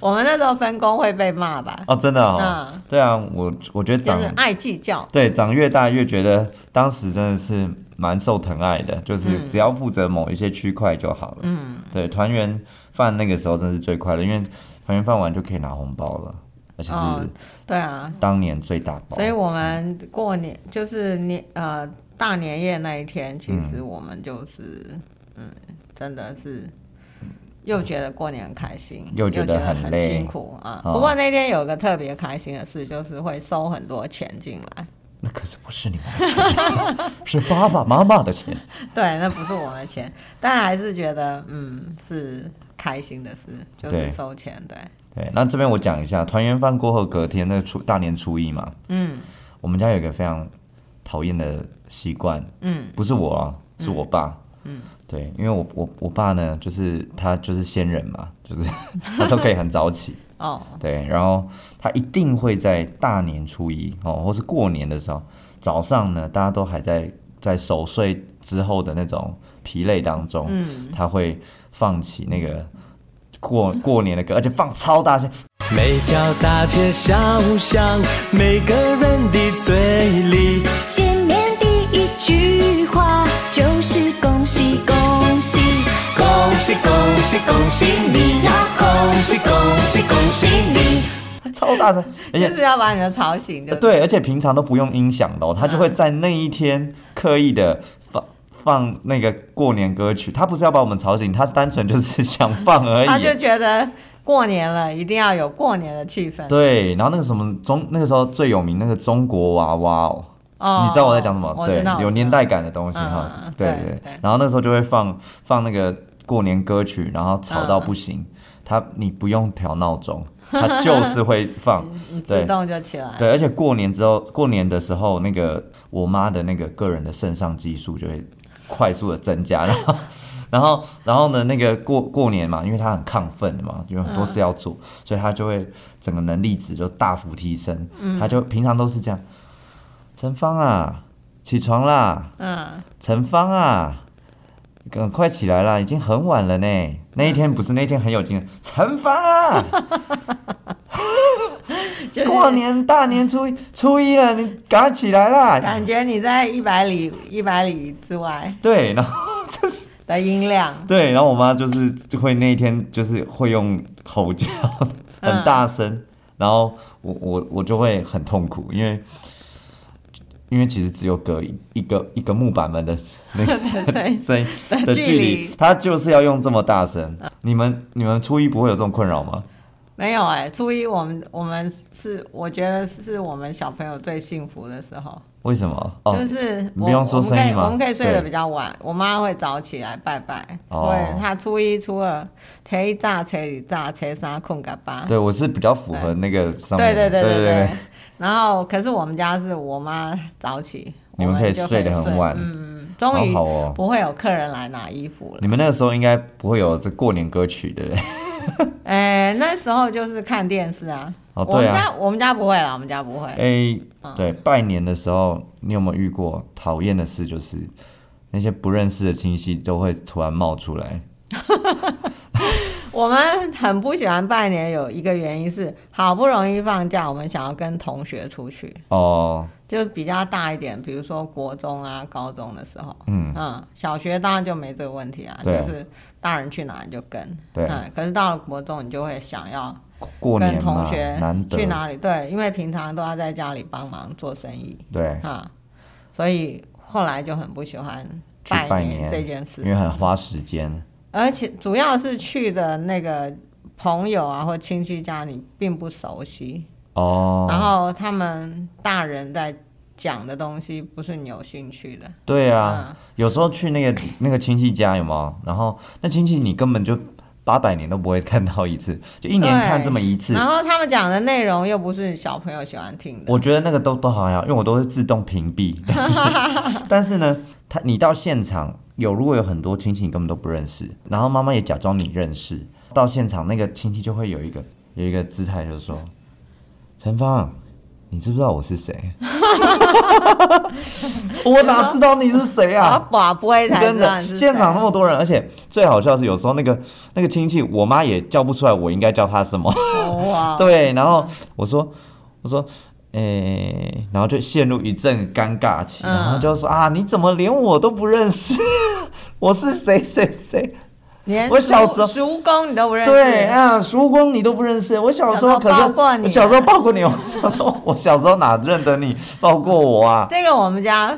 Speaker 2: 我们那时候分工会被骂吧？
Speaker 1: 哦，真的哦。
Speaker 2: 嗯
Speaker 1: 对啊，我我觉得
Speaker 2: 就
Speaker 1: 长
Speaker 2: 是爱计较，
Speaker 1: 对长越大越觉得当时真的是蛮受疼爱的，就是只要负责某一些区块就好了。
Speaker 2: 嗯，
Speaker 1: 对，团圆饭那个时候真是最快乐，因为团圆饭完就可以拿红包了，而且
Speaker 2: 哦
Speaker 1: 是
Speaker 2: 对啊，
Speaker 1: 当年最大包。
Speaker 2: 所以我们过年就是年呃大年夜那一天，其
Speaker 1: 嗯
Speaker 2: 实我们就是嗯真的是又觉得过年很开心，
Speaker 1: 又
Speaker 2: 又
Speaker 1: 觉得
Speaker 2: 得
Speaker 1: 很累
Speaker 2: 辛苦啊。
Speaker 1: 哦
Speaker 2: 不过那天有个特别开心的事，就是会收很多钱进来，
Speaker 1: 那可是不是你们的钱， 是爸爸妈妈的钱。
Speaker 2: 对，那不是我们的钱，但还是觉得嗯是开心的事，就
Speaker 1: 对
Speaker 2: 是收钱，对，
Speaker 1: 对，那这边我讲一下，团圆饭过后隔天那初大年初一嘛，
Speaker 2: 嗯
Speaker 1: 我们家有一个非常讨厌的习惯，
Speaker 2: 嗯
Speaker 1: 不是我啊，是我爸。
Speaker 2: 嗯
Speaker 1: 对，因为我我我爸呢，就是他就是仙人嘛，就是 他都可以很早起，
Speaker 2: 哦
Speaker 1: 对，然后他一定会在大年初一哦，或是过年的时候早上呢，大家都还在在熟睡之后的那种疲累当中，
Speaker 2: 嗯，
Speaker 1: 他会放起那个过过年的歌，而且放超大声，
Speaker 3: 每条大街小巷，每个人的嘴里，
Speaker 4: 见面第一句话就是恭喜恭喜，
Speaker 3: 恭喜恭喜恭喜你呀！恭喜恭喜恭喜你！
Speaker 1: 超大声，而且
Speaker 2: 就是要把你们吵醒，就
Speaker 1: 呃对，而且平常都不用音响的、哦，他就
Speaker 2: 嗯
Speaker 1: 会在那一天刻意的放放那个过年歌曲。他不是要把我们吵醒，他单纯就是想放而
Speaker 2: 他就
Speaker 1: 已。
Speaker 2: 觉得过年了，一定要有过年的气氛。
Speaker 1: 对，然后那个什么中，那个时候最有名那个中国娃娃哦，
Speaker 2: 哦，
Speaker 1: 你知道我在讲什么？
Speaker 2: 我
Speaker 1: 对
Speaker 2: 知道，
Speaker 1: 有年代。感的东西
Speaker 2: 嗯
Speaker 1: 哈。
Speaker 2: 嗯
Speaker 1: 对
Speaker 2: 对
Speaker 1: 对
Speaker 2: 对
Speaker 1: 然后那时候就会放放那个过年歌曲，然后吵到不
Speaker 2: 嗯
Speaker 1: 行。他你不用调闹钟，他就是会放
Speaker 2: 我知道。你
Speaker 1: 对
Speaker 2: 自动就起来。
Speaker 1: 对，而且过年之后，过年的时候，那个我妈的那个个人的肾上激素就会快速的增加，然后， 然后，然后呢，那个过过年嘛，因为她很亢奋嘛，有很多事要做，所以她就会整个能力值就大幅提升。她就平常都是这样，陈芳啊，起床啦，
Speaker 2: 嗯，
Speaker 1: 陈芳啊，赶快起来啦，已经很晚了呢。那一天不是那一天很有劲，陈芳 啊。
Speaker 2: 就是
Speaker 1: 过年大年初一初一了，你赶快起来啦！
Speaker 2: 感觉你在一百里一百里之外
Speaker 1: 对，然后
Speaker 2: 的音量，
Speaker 1: 对，然后我妈就是就会那一天就是会用吼叫，
Speaker 2: 嗯
Speaker 1: 很大声，然后我我我就会很痛苦，因为因为其实只有隔一一个一个木板门的那
Speaker 2: 对
Speaker 1: 个声音的
Speaker 2: 的
Speaker 1: 距
Speaker 2: 距
Speaker 1: 离
Speaker 2: 离，
Speaker 1: 他就是要用这么大声。你们你们初一不会有这种困扰吗？
Speaker 2: 没有哎、初一我们我们是我觉得是我们小朋友最幸福的时候，
Speaker 1: 为什么？哦，
Speaker 2: 就是
Speaker 1: 你
Speaker 2: 我
Speaker 1: 不用说
Speaker 2: 我们可
Speaker 1: 生意
Speaker 2: 以
Speaker 1: 嘛
Speaker 2: 我们可以睡得
Speaker 1: 对
Speaker 2: 比较晚，我妈会早起来拜拜，
Speaker 1: 哦
Speaker 2: 对，她初一初二，初一炸，初二炸，初三困嘎巴，
Speaker 1: 对我是比较符合那个上
Speaker 2: 对
Speaker 1: 面
Speaker 2: 对
Speaker 1: 的，
Speaker 2: 对
Speaker 1: 对
Speaker 2: 对然后，可是我们家是我妈早起，
Speaker 1: 你们
Speaker 2: 我
Speaker 1: 可以
Speaker 2: 就
Speaker 1: 睡得很晚
Speaker 2: 嗯，嗯终于
Speaker 1: 好好哦
Speaker 2: 不会有客人来拿衣服了。
Speaker 1: 你们那个时候应该不会有这过年歌曲，对不对？
Speaker 2: 哎、那时候就是看电视啊。
Speaker 1: 哦
Speaker 2: 我
Speaker 1: 对
Speaker 2: 们
Speaker 1: 啊
Speaker 2: 家我们家不会啦，我们家不会。
Speaker 1: 诶，哎
Speaker 2: 嗯
Speaker 1: 对，拜年的时候，你有没有遇过讨厌的事？就是那些不认识的亲戚都会突然冒出来。
Speaker 2: 我们很不喜欢拜年，有一个原因是好不容易放假，我们想要跟同学出去，
Speaker 1: 哦，
Speaker 2: 就是比较大一点，比如说国中啊、高中的时候。
Speaker 1: 嗯，
Speaker 2: 嗯，小学当然就没这个问题啊，就
Speaker 1: 对
Speaker 2: 是大人去哪你就跟。
Speaker 1: 对
Speaker 2: 嗯，可是到了国中，你就会想要
Speaker 1: 过
Speaker 2: 跟
Speaker 1: 年
Speaker 2: 同
Speaker 1: 嘛，
Speaker 2: 学
Speaker 1: 难得
Speaker 2: 去哪里？对，因为平常都要在家里帮忙做生意
Speaker 1: 对，
Speaker 2: 哈，所以后来就很不喜欢
Speaker 1: 去
Speaker 2: 拜
Speaker 1: 拜
Speaker 2: 年这件事
Speaker 1: 因，为很花时间。
Speaker 2: 而且主要是去的那个朋友啊或亲戚家你并不熟悉，
Speaker 1: 哦，
Speaker 2: 然后他们大人在讲的东西不是你有兴趣的，
Speaker 1: 对
Speaker 2: 嗯
Speaker 1: 啊，有时候去那个那个亲戚家有没有？然后那亲戚你根本就八百年都不会看到一次，就一年
Speaker 2: 对
Speaker 1: 看这么一次。
Speaker 2: 然后他们讲的内容又不是小朋友喜欢听的，
Speaker 1: 我觉得那个都不好呀，因为我都是自动屏 蔽。 但是但是呢，他你到现场有如果有很多亲戚你根本都不认识，然后妈妈也假装你认识，到现场那个亲戚就会有一个有一个姿态，就是说：“陈芳，你知不知道我是谁？” 我哪知道你是谁
Speaker 2: 然
Speaker 1: 啊
Speaker 2: 后？把不会才
Speaker 1: 真
Speaker 2: 知道
Speaker 1: 的，
Speaker 2: 你是
Speaker 1: 现场那
Speaker 2: 谁
Speaker 1: 么多人，而且最好笑的是，有时候那个那个亲戚，我妈也叫不出来，我应该叫她什么。
Speaker 2: 哦哇，
Speaker 1: 对，然后我说，我说，诶、然后就陷入一阵尴尬期，然后
Speaker 2: 嗯
Speaker 1: 就说啊，你怎么连我都不认识？ 我是谁谁谁？
Speaker 2: 连
Speaker 1: 我小时候
Speaker 2: 叔公你都不认识，
Speaker 1: 对啊，叔公你都不认识，我小时候
Speaker 2: 小时
Speaker 1: 可
Speaker 2: 候
Speaker 1: 是
Speaker 2: 抱过你
Speaker 1: 我
Speaker 2: 啊
Speaker 1: 小时候抱过你，我小时候 我小时候哪认得你抱过我啊？
Speaker 2: 这个我们家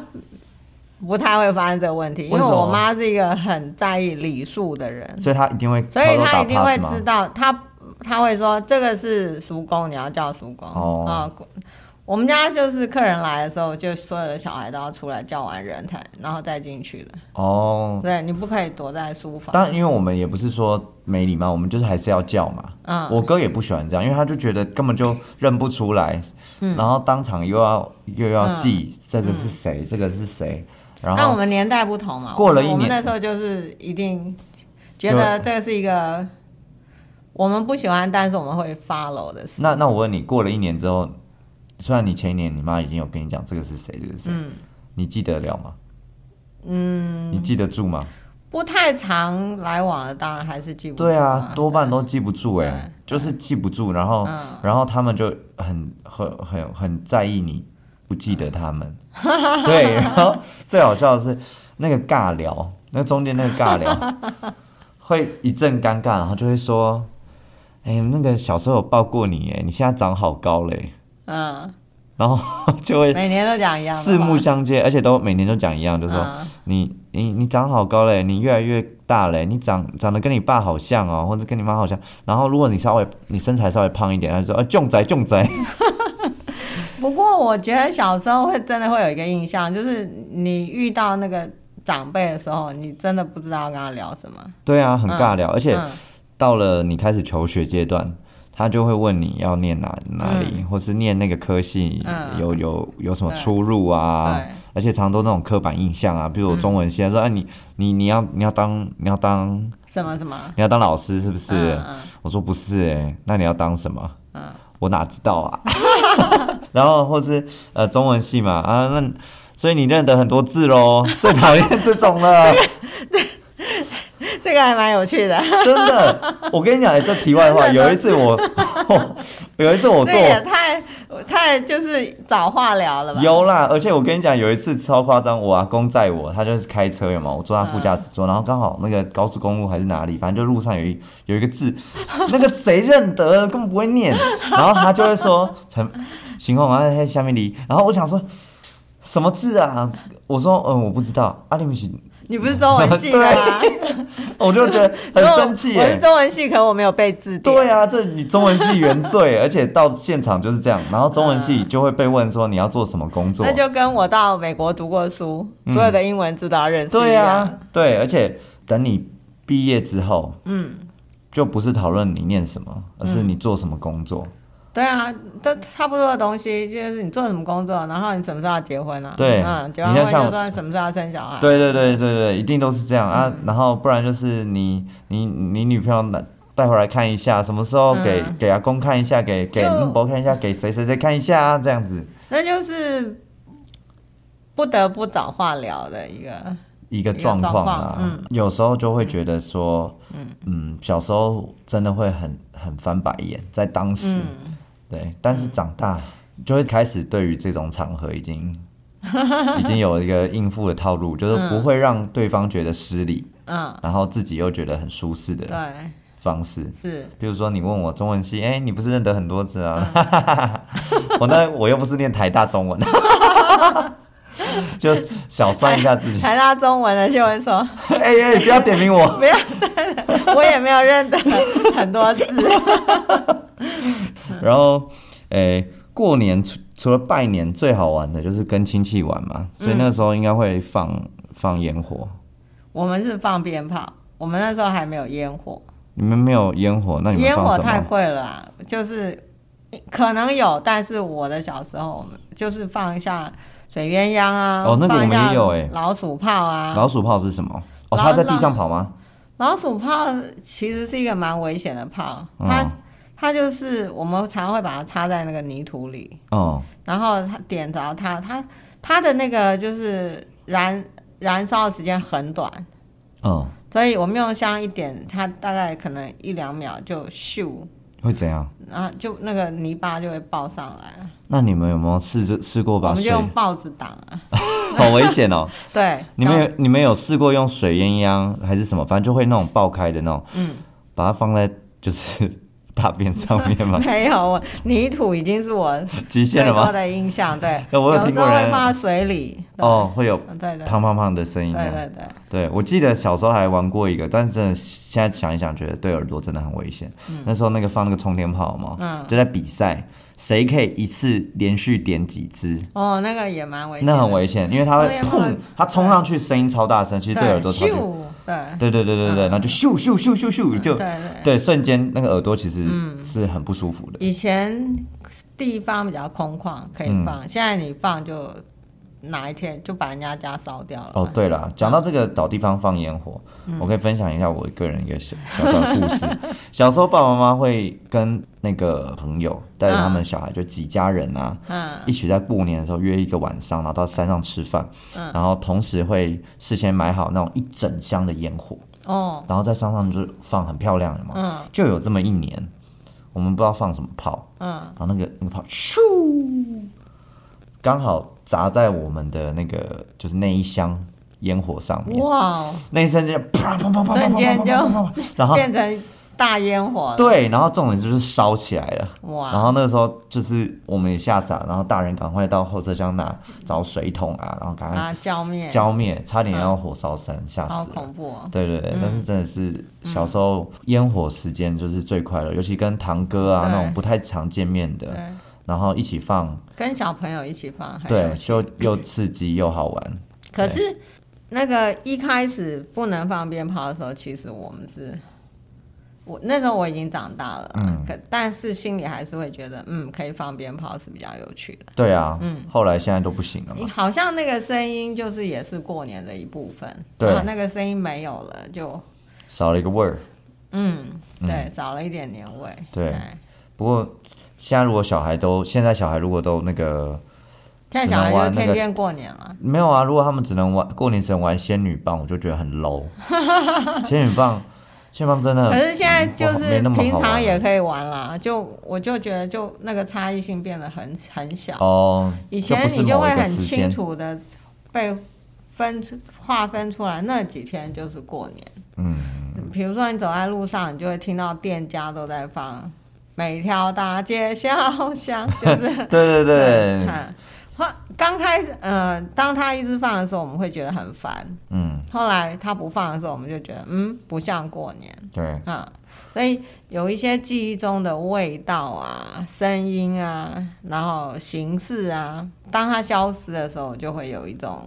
Speaker 2: 不太会发生这个问题，因
Speaker 1: 为
Speaker 2: 为
Speaker 1: 什么
Speaker 2: 我妈是一个很在意礼数的人，
Speaker 1: 所以他一定会偷
Speaker 2: 所以
Speaker 1: 偷
Speaker 2: 她
Speaker 1: 打
Speaker 2: 一定会
Speaker 1: pass 吗
Speaker 2: 知？道，她她会说这个是叔公，你要叫叔公
Speaker 1: 哦
Speaker 2: 啊。我们家就是客人来的时候，就所有的小孩都要出来叫完人才，然后再进去的。
Speaker 1: 哦，
Speaker 2: 对你不可以躲在书房。
Speaker 1: 当然，因为我们也不是说没礼貌，我们就是还是要叫嘛。
Speaker 2: 嗯
Speaker 1: 我哥也不喜欢这样，因为他就觉得根本就认不出来，
Speaker 2: 嗯
Speaker 1: 然后当场又要又要记、这个是谁，这个是谁，然
Speaker 2: 嗯那我
Speaker 1: 后
Speaker 2: 们年代不同嘛，
Speaker 1: 过了一
Speaker 2: 我们
Speaker 1: 年
Speaker 2: 那时候就是一定觉得这是一个我们不喜欢，但是我们会 follow 的事。
Speaker 1: 那那我问你，过了一年之后，虽然你前一年你妈已经有跟你讲这个是谁，这个是谁，
Speaker 2: 嗯
Speaker 1: 你记得了吗？嗯，你记得住吗？
Speaker 2: 不太常来往的，当然还是记不住
Speaker 1: 对啊，多半
Speaker 2: 对
Speaker 1: 都记不住哎、
Speaker 2: 嗯对
Speaker 1: 就是记不住，然后、
Speaker 2: 嗯
Speaker 1: 然后他们就很很很很在意你不记得他们，
Speaker 2: 嗯
Speaker 1: 对，然后最好笑的是那个尬聊，那中间那个尬 聊会一阵尴尬，然后就会说，哎、那个小时候有抱过你哎，你现在长好高嘞，
Speaker 2: 嗯，
Speaker 1: 然后就会
Speaker 2: 每年都讲一样的话。
Speaker 1: 四目相接，而且都每年都讲一样，就说、
Speaker 2: 嗯
Speaker 1: 你你你长好高嘞，你越来越大嘞，你长长得跟你爸好像哦，或者跟你妈好像。然后如果你稍微你身材稍微胖一点，他就说啊，囧仔囧 仔，
Speaker 2: 不过我觉得小时候会真的会有一个印象，就是你遇到那个长辈的时候，你真的不知道跟他聊什么，
Speaker 1: 对啊，很尬聊。而且
Speaker 2: 嗯
Speaker 1: 到了你开始求学阶段，他就会问你要念哪哪里，或是念那个科系、
Speaker 2: 嗯
Speaker 1: 有有有什么
Speaker 2: 对
Speaker 1: 出入啊
Speaker 2: 对。嗯
Speaker 1: 而且常都那种刻板印象啊，比如我中文系，他说啊你你你要你要当你要当
Speaker 2: 什么什么，
Speaker 1: 你要当老师是不是？
Speaker 2: 嗯嗯
Speaker 1: 我说不是哎、那你要当什么？
Speaker 2: 嗯
Speaker 1: 我哪知道啊？ 然后或是呃中文系嘛啊，那所以你认得很多字喽，最讨厌这种了，
Speaker 2: 这个还蛮有趣的。
Speaker 1: 真的。我跟你讲，哎这题外话，有一次我 我有一次我
Speaker 2: 这
Speaker 1: 做
Speaker 2: 也太太就是找话聊了吧？
Speaker 1: 有啦，而且我跟你讲，有一次超夸张，我阿公载我，他就是开车有嘛，我坐他副驾驶
Speaker 2: 嗯
Speaker 1: 座，然后刚好那个高速公路还是哪里，反正就路上有一有一个字，那个谁认得，根本不会念，然后他就会说陈行红啊，嘿下面离，然后我想说。什么字啊？我说嗯，我不知道。啊，你们是，
Speaker 2: 你不是中文系 的吗？
Speaker 1: 我就觉得很生气
Speaker 2: 如果我是
Speaker 1: 耶。
Speaker 2: 中文系，可能我没有背字典。
Speaker 1: 对啊，这你中文系原罪，而且到现场就是这样，然后中文系
Speaker 2: 嗯
Speaker 1: 就会被问说你要做什么工作
Speaker 2: 那，就跟我到美国读过书，所有的英文字都要认识一
Speaker 1: 嗯对
Speaker 2: 样。
Speaker 1: 啊，对，而且等你毕业之后，
Speaker 2: 嗯，
Speaker 1: 就不是讨论你念什么，而是你做什么工作。
Speaker 2: 对啊，都差不多的东西，就是你做什么工作，然后你什么时候要结婚啊？
Speaker 1: 对
Speaker 2: 嗯，结
Speaker 1: 你
Speaker 2: 完
Speaker 1: 看
Speaker 2: 婚
Speaker 1: 像
Speaker 2: 就说你什么时候要生小孩？
Speaker 1: 对对对对对，一定都是这样、
Speaker 2: 嗯
Speaker 1: 啊。然后不然就是你你你女朋友带带回来看一下，什么时候给、
Speaker 2: 嗯
Speaker 1: 给阿公看一下，给给
Speaker 2: 就嗯
Speaker 1: 孟伯看一下，给谁谁谁看一下啊，这样子
Speaker 2: 那就是不得不找话聊的一个。
Speaker 1: 一个
Speaker 2: 一个
Speaker 1: 状
Speaker 2: 状
Speaker 1: 况
Speaker 2: 况
Speaker 1: 啊。
Speaker 2: 嗯
Speaker 1: 有时候就会觉得说，嗯小时候真的会很很翻白眼，在当时、
Speaker 2: 嗯，
Speaker 1: 对，但是长大就会开始对于这种场合已 经。已经有一个应付的套路，就是不会让对方觉得失礼，
Speaker 2: 嗯，
Speaker 1: 然后自己又觉得很舒适的
Speaker 2: 对，
Speaker 1: 方式。
Speaker 2: 是，
Speaker 1: 比如说你问我中文系，哎、你不是认得很多字啊？
Speaker 2: 嗯
Speaker 1: 我那我又不是念台大中 文，就小算一下 自己。
Speaker 2: 台大中文的就会说，
Speaker 1: 哎哎、不要点名我，
Speaker 2: 不要， 我也没有认得很多字。
Speaker 1: 然后，哎、过年除除了拜年，最好玩的就是跟亲戚玩嘛，所
Speaker 2: 嗯
Speaker 1: 以那时候应该会放、放烟火。
Speaker 2: 我们是放鞭炮，我们那时候还没有烟火，
Speaker 1: 你们没有烟火，那你们
Speaker 2: 烟
Speaker 1: 放
Speaker 2: 火
Speaker 1: 什
Speaker 2: 太
Speaker 1: 么？
Speaker 2: 贵了啊，就是可能有，但是我的小时候，我们就是放一下水鸳鸯啊，
Speaker 1: 哦那个
Speaker 2: 放
Speaker 1: 我
Speaker 2: 一
Speaker 1: 们也
Speaker 2: 下
Speaker 1: 有欸
Speaker 2: 老鼠炮啊，
Speaker 1: 老鼠炮是什么？哦，
Speaker 2: 老
Speaker 1: 它在地上跑吗？
Speaker 2: 老鼠炮其实是一个蛮危险的炮，
Speaker 1: 嗯
Speaker 2: 它它就是我们常会把它插在那个泥土里，
Speaker 1: 哦，
Speaker 2: 然后它点着它，它它的那个就是燃燃烧的时间很短，
Speaker 1: 嗯，
Speaker 2: 所以我们用香一点，它大概可能一两秒就咻，
Speaker 1: 会怎样？
Speaker 2: 然后就那个泥巴就会爆上来，
Speaker 1: 那你们有没有试着试过
Speaker 2: 我
Speaker 1: 把
Speaker 2: 们就
Speaker 1: 水？
Speaker 2: 用报纸挡啊。
Speaker 1: 好危险哦！
Speaker 2: 对，
Speaker 1: 你们有你们有试过用水鸳鸯还是什么，反正就会那种爆开的那种，
Speaker 2: 嗯
Speaker 1: 把它放在就是 大便上面
Speaker 2: 然后
Speaker 1: 嘛，
Speaker 2: 没有我泥土已经是 我
Speaker 1: 极限
Speaker 2: 最
Speaker 1: 了
Speaker 2: 多
Speaker 1: 吗？
Speaker 2: 的印象，对，
Speaker 1: 那我有
Speaker 2: 时
Speaker 1: 听过
Speaker 2: 候
Speaker 1: 人
Speaker 2: 会放在水里，对
Speaker 1: 哦，，会有
Speaker 2: 嗯对对
Speaker 1: 胖胖胖的声音
Speaker 2: 对
Speaker 1: 这样。
Speaker 2: 对对，
Speaker 1: 对，我记得小时候还玩过一个，但真的现在想一想，觉得对耳朵真的很危险。那时候那个放那个冲天炮嘛，
Speaker 2: 嗯
Speaker 1: 就在比赛，谁可以一次连续点几支，
Speaker 2: 哦，那个也蛮危险的，
Speaker 1: 那很危险，因为它会
Speaker 2: 冲天炮
Speaker 1: 砰，它冲上去声音超大声，其实
Speaker 2: 对，嗯
Speaker 1: 对耳朵超级。
Speaker 2: 咻，对
Speaker 1: 对对对对对，然后就咻咻咻咻咻就
Speaker 2: 嗯对嗯对。
Speaker 1: 对，瞬间那个耳朵其实是很不舒服的。
Speaker 2: 以前地方比较空旷，可以
Speaker 1: 嗯
Speaker 2: 放，现在你放就哪一天就把人家家烧掉了。
Speaker 1: 哦，对了，讲到这个找地方放烟火，
Speaker 2: 嗯
Speaker 1: 我可以分享一下我个人一个小小小的故事。 小时候爸爸妈妈会跟那个朋友带着他们小孩，就几家人啊，
Speaker 2: 嗯
Speaker 1: 一起在过年的时候约一个晚上，然后到山上吃饭，然后同时会事先买好那种一整箱的烟火，
Speaker 2: 哦，
Speaker 1: 然后在山上就是放很漂亮的嘛。
Speaker 2: 嗯
Speaker 1: 就有这么一年，我们不知道放什么炮，
Speaker 2: 嗯，
Speaker 1: 然后那个那个炮咻，刚好砸在我们的那个就是那一箱烟火上面，
Speaker 2: 哇哦，
Speaker 1: 那一瞬间啪砰砰砰砰砰
Speaker 2: 瞬
Speaker 1: 砰
Speaker 2: 间
Speaker 1: 砰
Speaker 2: 就
Speaker 1: 砰砰砰，然后
Speaker 2: 变成大烟火了。
Speaker 1: 啊对，啊然后重点就是烧起来了。
Speaker 2: 哇
Speaker 1: 然后那个时候就是我们也吓傻，然后大人赶快到后车厢拿找水桶啊，然后赶快
Speaker 2: 啊，浇灭，
Speaker 1: 浇灭，差点要火烧山，吓
Speaker 2: 嗯好
Speaker 1: 死了
Speaker 2: 恐。怖嗯哦。
Speaker 1: 对对对，但是真的是小时候烟火时间就是最快乐，尤其跟堂哥啊
Speaker 2: 对
Speaker 1: 那种不太常见面的，
Speaker 2: 对，
Speaker 1: 然后一起放，
Speaker 2: 跟小朋友一起放，还有
Speaker 1: 对，就 又刺激又好玩。
Speaker 2: 可是那个一开始不能放鞭炮的时候，其实我们是，我那时候我已经长大了，
Speaker 1: 嗯
Speaker 2: 可但是心里还是会觉得，嗯，可以放鞭炮是比较有趣的。
Speaker 1: 对啊，
Speaker 2: 嗯
Speaker 1: 后来现在都不行了
Speaker 2: 你
Speaker 1: 嘛。
Speaker 2: 好像那个声音就是也是过年的一部分，
Speaker 1: 对
Speaker 2: 然后那个声音没有了，就
Speaker 1: 少了一个味儿。
Speaker 2: 嗯，对，少了一点年味。
Speaker 1: 对不过现在如果小孩都现在小孩如果都那个
Speaker 2: 现在小孩
Speaker 1: 只能玩
Speaker 2: 就
Speaker 1: 那个
Speaker 2: 天天过年了，
Speaker 1: 没有啊，如果他们只能玩过年只能玩仙女棒，我就觉得很 low。仙女棒，仙女棒真的
Speaker 2: 可是现在就
Speaker 1: 不好嗯没
Speaker 2: 是
Speaker 1: 那么
Speaker 2: 平
Speaker 1: 好
Speaker 2: 常
Speaker 1: 玩
Speaker 2: 也可以玩啦。就我就觉得就那个差异性变得很很小。
Speaker 1: 哦。
Speaker 2: 以前
Speaker 1: 就
Speaker 2: 你
Speaker 1: 不是
Speaker 2: 就
Speaker 1: 某
Speaker 2: 会
Speaker 1: 一个
Speaker 2: 很
Speaker 1: 时
Speaker 2: 清
Speaker 1: 间，
Speaker 2: 楚的被分划分出来，那几天就是过年。
Speaker 1: 嗯，
Speaker 2: 比如说你走在路上，你就会听到店家都 在放《每条大街小巷》，就是
Speaker 1: 对对对，
Speaker 2: 嗯后刚开始，呃，当他一直放的时候，我们会觉得很烦。
Speaker 1: 嗯，
Speaker 2: 后来他不放的时候，我们就觉得，嗯，不像过年。
Speaker 1: 对，
Speaker 2: 啊，所以有一些记忆中的味道啊、声音啊，然后形式啊，当它消失的时候，就会有一种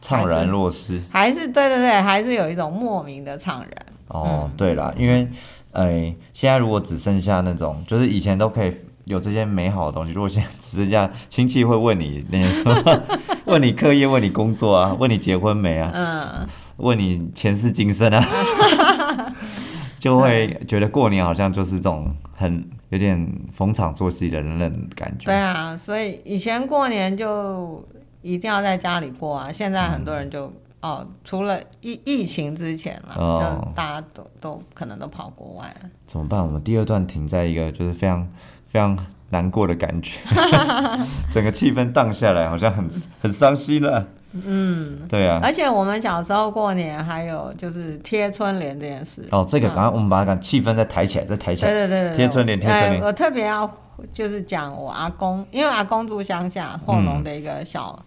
Speaker 1: 怅然若失。
Speaker 2: 还是对对对，还是有一种莫名的怅然。
Speaker 1: 哦，对啦，因为，哎、现在如果只剩下那种，就是以前都可以有这些美好的东西，如果现在只剩下亲戚会问你那些什么， 问你课业，问你工作啊，问你结婚没啊，
Speaker 2: 嗯，
Speaker 1: 问你前世今生啊， 就会觉得过年好像就是这种很有点逢场作戏的冷冷的感觉。
Speaker 2: 对啊，所以以前过年就一定要在家里过啊，现在很多人就。哦，除了疫疫情之前啦，
Speaker 1: 哦
Speaker 2: 就大家都都可能都跑国外了。
Speaker 1: 怎么办？我们第二段停在一个就是非常非常难过的感 觉，整个气氛荡下来，好像很很伤心了。嗯，对啊。
Speaker 2: 而且我们小时候过年还有就是贴春联这件事。
Speaker 1: 哦，这个赶快我们把它气氛再抬起来，再抬起
Speaker 2: 对
Speaker 1: 来。
Speaker 2: 对对对对，
Speaker 1: 贴春联贴
Speaker 2: 哎
Speaker 1: 春联
Speaker 2: 我特别要就是讲我阿公，因为阿公住乡下后龙的一个小、
Speaker 1: 嗯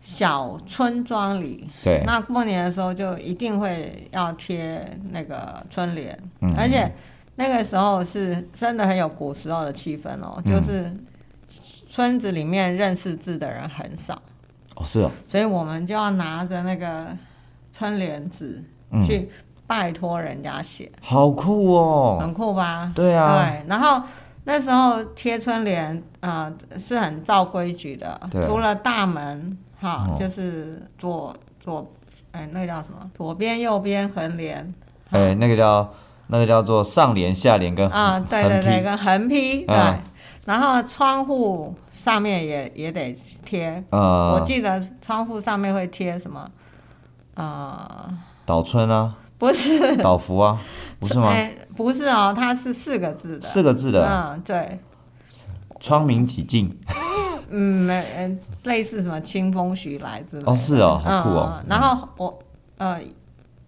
Speaker 2: 小村庄里，
Speaker 1: 对，
Speaker 2: 那过年的时候就一定会要贴那个春联，
Speaker 1: 嗯
Speaker 2: 而且那个时候是真的很有古时候的气氛哦，
Speaker 1: 嗯
Speaker 2: 就是村子里面认识字的人很少，
Speaker 1: 哦是哦，
Speaker 2: 所以我们就要拿着那个春联纸
Speaker 1: 嗯
Speaker 2: 去拜托人家写。
Speaker 1: 好酷哦。
Speaker 2: 很酷吧？
Speaker 1: 对啊
Speaker 2: 对，然后那时候贴春联，呃，是很照规矩的
Speaker 1: 对，
Speaker 2: 除了大门哈，
Speaker 1: 哦
Speaker 2: 就是左左，哎，那个叫什么？左边右边横联
Speaker 1: 哎、那个叫那个叫做上联、下联跟横
Speaker 2: 啊、对对对，
Speaker 1: 批
Speaker 2: 跟横批对，
Speaker 1: 嗯
Speaker 2: 然后窗户上面也也得贴，我
Speaker 1: 呃
Speaker 2: 记得窗户上面会贴什么？呃，
Speaker 1: 岛村啊、
Speaker 2: 不是，
Speaker 1: 岛福啊，不是吗？
Speaker 2: 哎，不是哦，它是四个字的，
Speaker 1: 四个字的
Speaker 2: 嗯，对。
Speaker 1: 窗明几净
Speaker 2: 嗯，没，嗯，类似什么清风徐来之类的。
Speaker 1: 哦，是哦，好酷哦
Speaker 2: 嗯。然后我呃，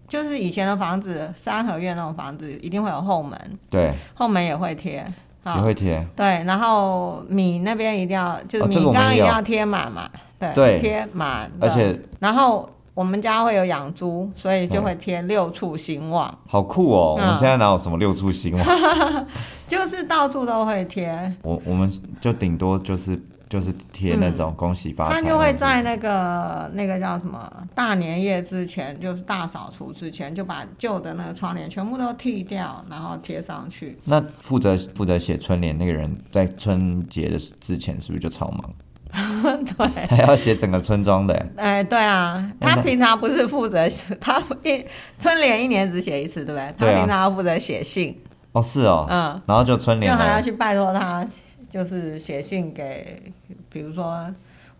Speaker 2: 就是以前的房子，三合院那种房子，一定会有后门，
Speaker 1: 对，
Speaker 2: 后门也会贴。
Speaker 1: 也
Speaker 2: 啊，
Speaker 1: 会贴，
Speaker 2: 对，然后米那边一定要，就是
Speaker 1: 哦这
Speaker 2: 米
Speaker 1: 个我们
Speaker 2: 缸一
Speaker 1: 也有
Speaker 2: 定要贴满嘛，对，
Speaker 1: 对
Speaker 2: 贴满。
Speaker 1: 而且
Speaker 2: 对，然后我们家会有养猪，所以
Speaker 1: 嗯
Speaker 2: 就会贴六处兴旺，
Speaker 1: 好酷哦。
Speaker 2: 嗯
Speaker 1: 我们现在哪有什么六处星 嘛？
Speaker 2: 就是到处都会贴。
Speaker 1: 我我们就顶多就是就是贴那种恭喜发财
Speaker 2: 嗯他
Speaker 1: 那种，
Speaker 2: 就会在那个那个叫什么大年夜之前，就是大扫除之前，就把旧的那个窗帘全部都剃掉，然后贴上去。
Speaker 1: 那负责负责写春联那个人，在春节的之前是不是就超忙？
Speaker 2: 对，
Speaker 1: 他要写整个村庄的耶，
Speaker 2: 哎，对啊，
Speaker 1: 哦
Speaker 2: 他平常不是负责他一春联一年只写一次，对不对？他
Speaker 1: 对啊
Speaker 2: 平常要负责写信，
Speaker 1: 哦是哦，
Speaker 2: 嗯，
Speaker 1: 然后就春
Speaker 2: 就
Speaker 1: 联
Speaker 2: 还要
Speaker 1: 了，
Speaker 2: 去拜托他，就是写信给，比如说。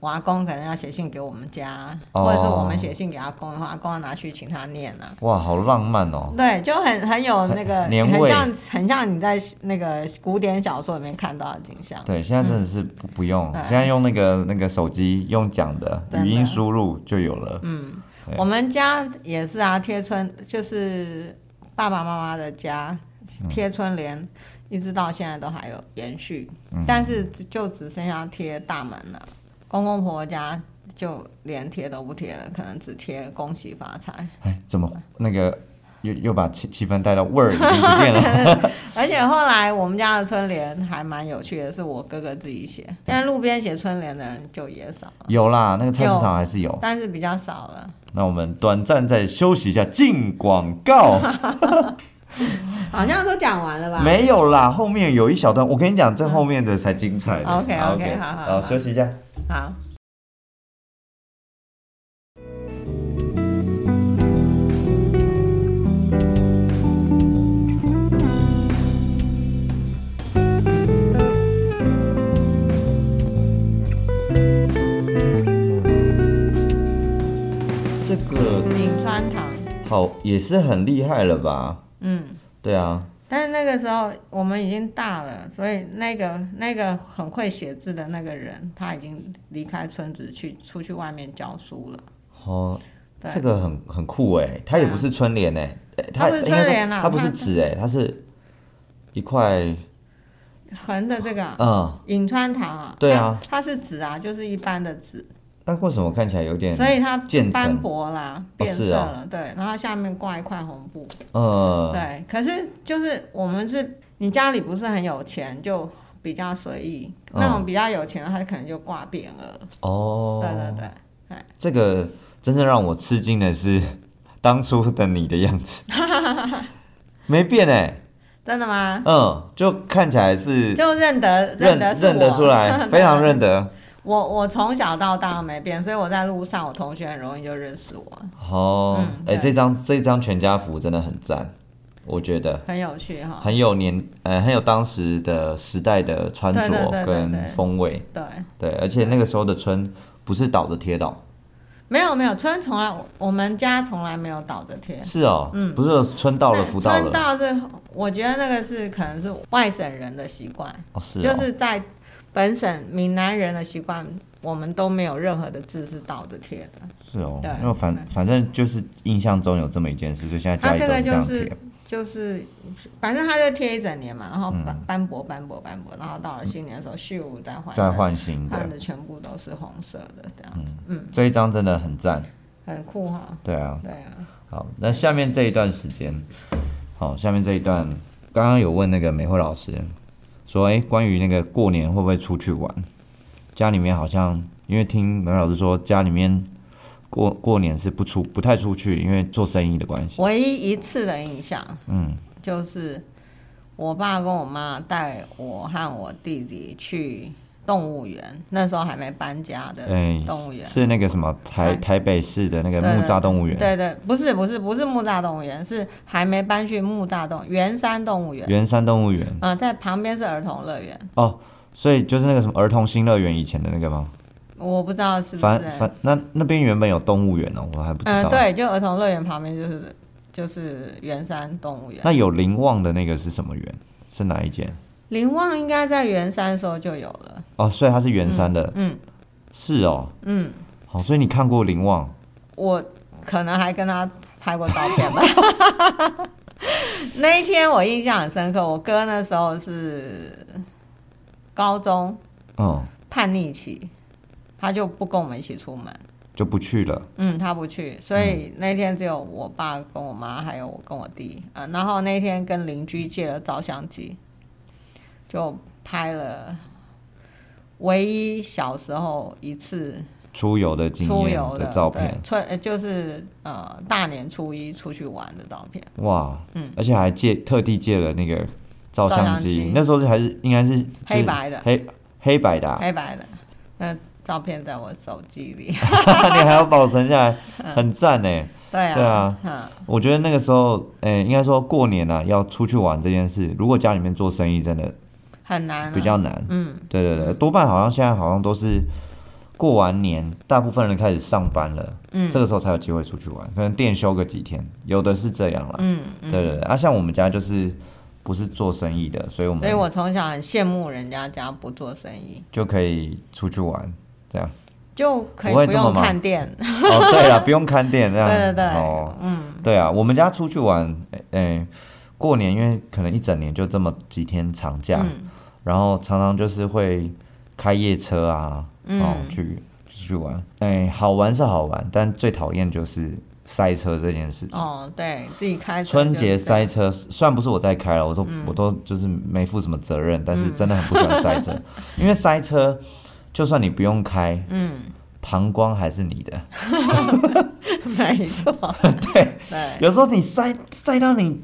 Speaker 2: 我阿公可能要写信给我们家，
Speaker 1: 哦
Speaker 2: 或者是我们写信给阿公的话，阿公要拿去请他念啊。
Speaker 1: 哇，好浪漫哦，
Speaker 2: 对，就很很有那个，
Speaker 1: 年
Speaker 2: 很
Speaker 1: 味
Speaker 2: 像很像你在那个古典小说里面看到的景象。
Speaker 1: 对，现在真的是不、不用，
Speaker 2: 嗯对
Speaker 1: 现在用那个那个手机用讲的
Speaker 2: 真的嗯
Speaker 1: 语音输入就有了，对
Speaker 2: 我们家也是啊，贴春就是爸爸妈妈的家
Speaker 1: 嗯
Speaker 2: 贴春联，一直到现在都还有延续，
Speaker 1: 嗯
Speaker 2: 但是只就只剩下贴大门了。公公婆婆家就连贴都不贴了，可能只贴恭喜发 财。
Speaker 1: 哎、怎么那个又又把气气氛带到味儿已经不见 了，
Speaker 2: 而且后来我们家的春联还蛮有趣的，是我哥哥自己写，现在路边写春联的人就也少了，
Speaker 1: 有啦，那个菜市场
Speaker 2: 有
Speaker 1: 还是有，
Speaker 2: 但是比较少了。
Speaker 1: 那我们短暂再休息一下，进广 告。
Speaker 2: 好像都讲完了吧？
Speaker 1: 没有啦，后面有一小段，我跟你讲，这后面的才精彩的。
Speaker 2: OK，OK，好好好
Speaker 1: 好，休息一下。
Speaker 2: 好。
Speaker 1: 这个
Speaker 2: 颍川堂，
Speaker 1: 好也是很厉害了吧？
Speaker 2: 嗯，
Speaker 1: 对啊，
Speaker 2: 但是那个时候我们已经大了，所以那个那个很会写字的那个人，他已经离开村子去出去外面教书了。
Speaker 1: 哦，
Speaker 2: 对，
Speaker 1: 这个很很酷哎，它也
Speaker 2: 对啊
Speaker 1: 不是春联哎，呃
Speaker 2: 它不是
Speaker 1: 应该说
Speaker 2: 春联啦
Speaker 1: 它不是
Speaker 2: 它
Speaker 1: 纸哎，它是一块
Speaker 2: 横的这个啊
Speaker 1: 嗯，
Speaker 2: 颍川堂啊，
Speaker 1: 对啊
Speaker 2: 它，它是纸啊，就是一般的纸，
Speaker 1: 那为什么看起来有点？
Speaker 2: 所以它
Speaker 1: 渐层
Speaker 2: 斑驳啦，
Speaker 1: 哦
Speaker 2: 变色
Speaker 1: 是啊
Speaker 2: 了，对，然后下面挂一块红布，
Speaker 1: 呃，
Speaker 2: 对，可是就是我们是，你家里不是很有钱，就比较随意，
Speaker 1: 嗯
Speaker 2: 那种比较有钱的，他可能就挂匾额，
Speaker 1: 哦，
Speaker 2: 对对对，哎，
Speaker 1: 这个真正让我吃惊的是 当初的你的样 子，没变哎、
Speaker 2: 真的吗？
Speaker 1: 嗯，就看起来是
Speaker 2: 就认得
Speaker 1: 认
Speaker 2: 得是
Speaker 1: 认得
Speaker 2: 我
Speaker 1: 出 来，非常认得。
Speaker 2: 我我从小到大都没变，所以我在路上，我同学很容易就认识我，
Speaker 1: 哦，哎、
Speaker 2: 嗯对
Speaker 1: 这张这张全家福真的很赞，我觉得
Speaker 2: 很有趣哈。
Speaker 1: 很有年呃很有当时的时代的穿
Speaker 2: 对对
Speaker 1: 着
Speaker 2: 对对
Speaker 1: 跟
Speaker 2: 对
Speaker 1: 风味，
Speaker 2: 对，
Speaker 1: 对，而且那个时候的春不是倒着贴的哦、
Speaker 2: 没有没有，春从来我我们家从来没有倒着贴。
Speaker 1: 是哦，
Speaker 2: 嗯
Speaker 1: 不是春到了
Speaker 2: 那
Speaker 1: 福到
Speaker 2: 春
Speaker 1: 了，
Speaker 2: 到是，我觉得那个是可能是外省人的习惯，
Speaker 1: 哦是哦，
Speaker 2: 就是在本省闽南人的习惯，我们都没有任何的字是倒着贴的。
Speaker 1: 是哦
Speaker 2: 对，
Speaker 1: 因为反
Speaker 2: 对
Speaker 1: 反正就是印象中有这么一件事，所以现在家
Speaker 2: 它
Speaker 1: 里都
Speaker 2: 这个
Speaker 1: 是这
Speaker 2: 就
Speaker 1: 样贴。
Speaker 2: 是就是，反正它就贴一整年嘛，然后
Speaker 1: 嗯
Speaker 2: 斑斑驳斑驳斑驳，然后到了新年的时候咻再换，
Speaker 1: 再换新
Speaker 2: 换
Speaker 1: 的，
Speaker 2: 的全部都是红色的这样子，嗯，
Speaker 1: 这一张真的很赞。
Speaker 2: 很酷哈。
Speaker 1: 对啊，
Speaker 2: 对啊，
Speaker 1: 好，那下面这一段时间，好，下面这一段，刚刚有问那个美惠老师说，哎、关于那个过年会不会出去玩？家里面好像，因为听美惠老师说，家里面过过年是不出不太出去，因为做生意的关系。
Speaker 2: 唯一一次的印象
Speaker 1: 嗯，
Speaker 2: 就是我爸跟我妈带我和我弟弟去动物园，那时候还没搬家的
Speaker 1: 哎、
Speaker 2: 动物园。
Speaker 1: 是那个什么台
Speaker 2: 哎
Speaker 1: 台北市的那个
Speaker 2: 对
Speaker 1: 木栅动物园，
Speaker 2: 对对，不是不是不是木栅动物园，是还没搬去木栅动圆山动物园。
Speaker 1: 圆山动物园。
Speaker 2: 嗯、在旁边是儿童乐园，
Speaker 1: 哦，所以就是那个什么儿童新乐园以前的那个吗？
Speaker 2: 我不知道是不
Speaker 1: 反
Speaker 2: 是。
Speaker 1: 反那那边原本有动物园哦，我还不知
Speaker 2: 嗯、
Speaker 1: 道。
Speaker 2: 对，就儿童乐园旁边就是就是圆山动物园。
Speaker 1: 那有林旺的那个是什么园？是哪一间？
Speaker 2: 林旺应该在圆山的时候就有了。
Speaker 1: 哦，所以它是圆山的，
Speaker 2: 嗯
Speaker 1: 是哦。
Speaker 2: 嗯，
Speaker 1: 好、所以你看过林旺？
Speaker 2: 我可能还跟他拍过照片吧。 那一天我印象很深刻，我哥那时候是高中
Speaker 1: 嗯，
Speaker 2: 叛逆期，他就不跟我们一起出门。
Speaker 1: 就不去了。
Speaker 2: 嗯，他不去，所
Speaker 1: 嗯
Speaker 2: 以那天只有我爸跟我妈，还有我跟我弟，呃，然后那天跟邻居借了照相机，就拍了唯一小时候一次
Speaker 1: 出游的经
Speaker 2: 出
Speaker 1: 验
Speaker 2: 游
Speaker 1: 的
Speaker 2: 的
Speaker 1: 照片
Speaker 2: 对，春呃就是呃大年初一出去玩的照片，
Speaker 1: 哇，
Speaker 2: 嗯
Speaker 1: 而且还借特地借了那个照
Speaker 2: 照
Speaker 1: 相
Speaker 2: 相
Speaker 1: 机，
Speaker 2: 机
Speaker 1: 那时候是还是应该是就是
Speaker 2: 黑白的
Speaker 1: 黑黑白的、啊，
Speaker 2: 黑白的，那照片在我手机里，
Speaker 1: 你还要保存下来，
Speaker 2: 嗯
Speaker 1: 很赞欸呢。
Speaker 2: 对啊，
Speaker 1: 对啊
Speaker 2: 嗯，
Speaker 1: 我觉得那个时候，诶、应该说过年啊，要出去玩这件事，如果家里面做生意真的
Speaker 2: 很难、啊，
Speaker 1: 比较难。
Speaker 2: 嗯，
Speaker 1: 对对对，多半好像现在好像都是过完年，大部分人开始上班了，
Speaker 2: 嗯
Speaker 1: 这个时候才有机会出去玩，可能店休个几天，有的是这样啦。
Speaker 2: 嗯
Speaker 1: 对对对，啊，像我们家就是不是做生意的，所以我
Speaker 2: 所以
Speaker 1: 们
Speaker 2: 我从小很羡慕人家家不做生意，
Speaker 1: 就可以出去玩，这样。
Speaker 2: 就可以
Speaker 1: 不会
Speaker 2: 不
Speaker 1: 这么
Speaker 2: 用
Speaker 1: 忙
Speaker 2: 看店。
Speaker 1: 哦，对了，不用看店这样。
Speaker 2: 对对对，
Speaker 1: 哦，
Speaker 2: 嗯，
Speaker 1: 对啊，我们家出去玩，诶、诶过年因为可能一整年就这么几天长假，
Speaker 2: 嗯
Speaker 1: 然后常常就是会开夜车啊，
Speaker 2: 嗯
Speaker 1: 哦，去去玩。哎、好玩是好玩，但最讨厌就是塞车这件事情。
Speaker 2: 哦，对自己开车
Speaker 1: 春节
Speaker 2: 就是这嗯
Speaker 1: 塞
Speaker 2: 样，
Speaker 1: 车，虽然不是我在开了，我都、我都就是没负什么责任，但是
Speaker 2: 嗯
Speaker 1: 真的很不喜欢塞 车，因为塞车，就算你不用开，
Speaker 2: 嗯，
Speaker 1: 膀胱还是你的。
Speaker 2: 没错，
Speaker 1: 对，
Speaker 2: 对，
Speaker 1: 有时候你塞塞到你，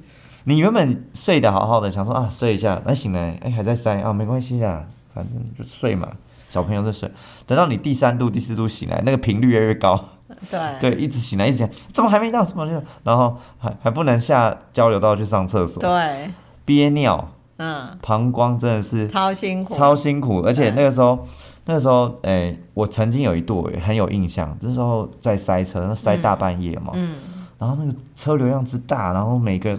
Speaker 1: 你原本睡得好好的，想说啊睡一下，哎醒来，哎还在塞啊，没关系啦，反正就睡嘛。小朋友在睡，等到你第三度、第四度醒来，那个频率越来越高，
Speaker 2: 对，
Speaker 1: 对，一直醒来，一直醒来，怎么还没到？怎么就？然后还还不能下交流道去上厕所，
Speaker 2: 对，
Speaker 1: 憋尿，
Speaker 2: 嗯，
Speaker 1: 膀胱真的是
Speaker 2: 超辛苦，
Speaker 1: 超辛苦，而且那个时候，那个时候，哎、我曾经有一度哎很有印象，那时候在塞车，那塞大半夜嘛，
Speaker 2: 嗯，
Speaker 1: 然后那个车流量之大，然后每个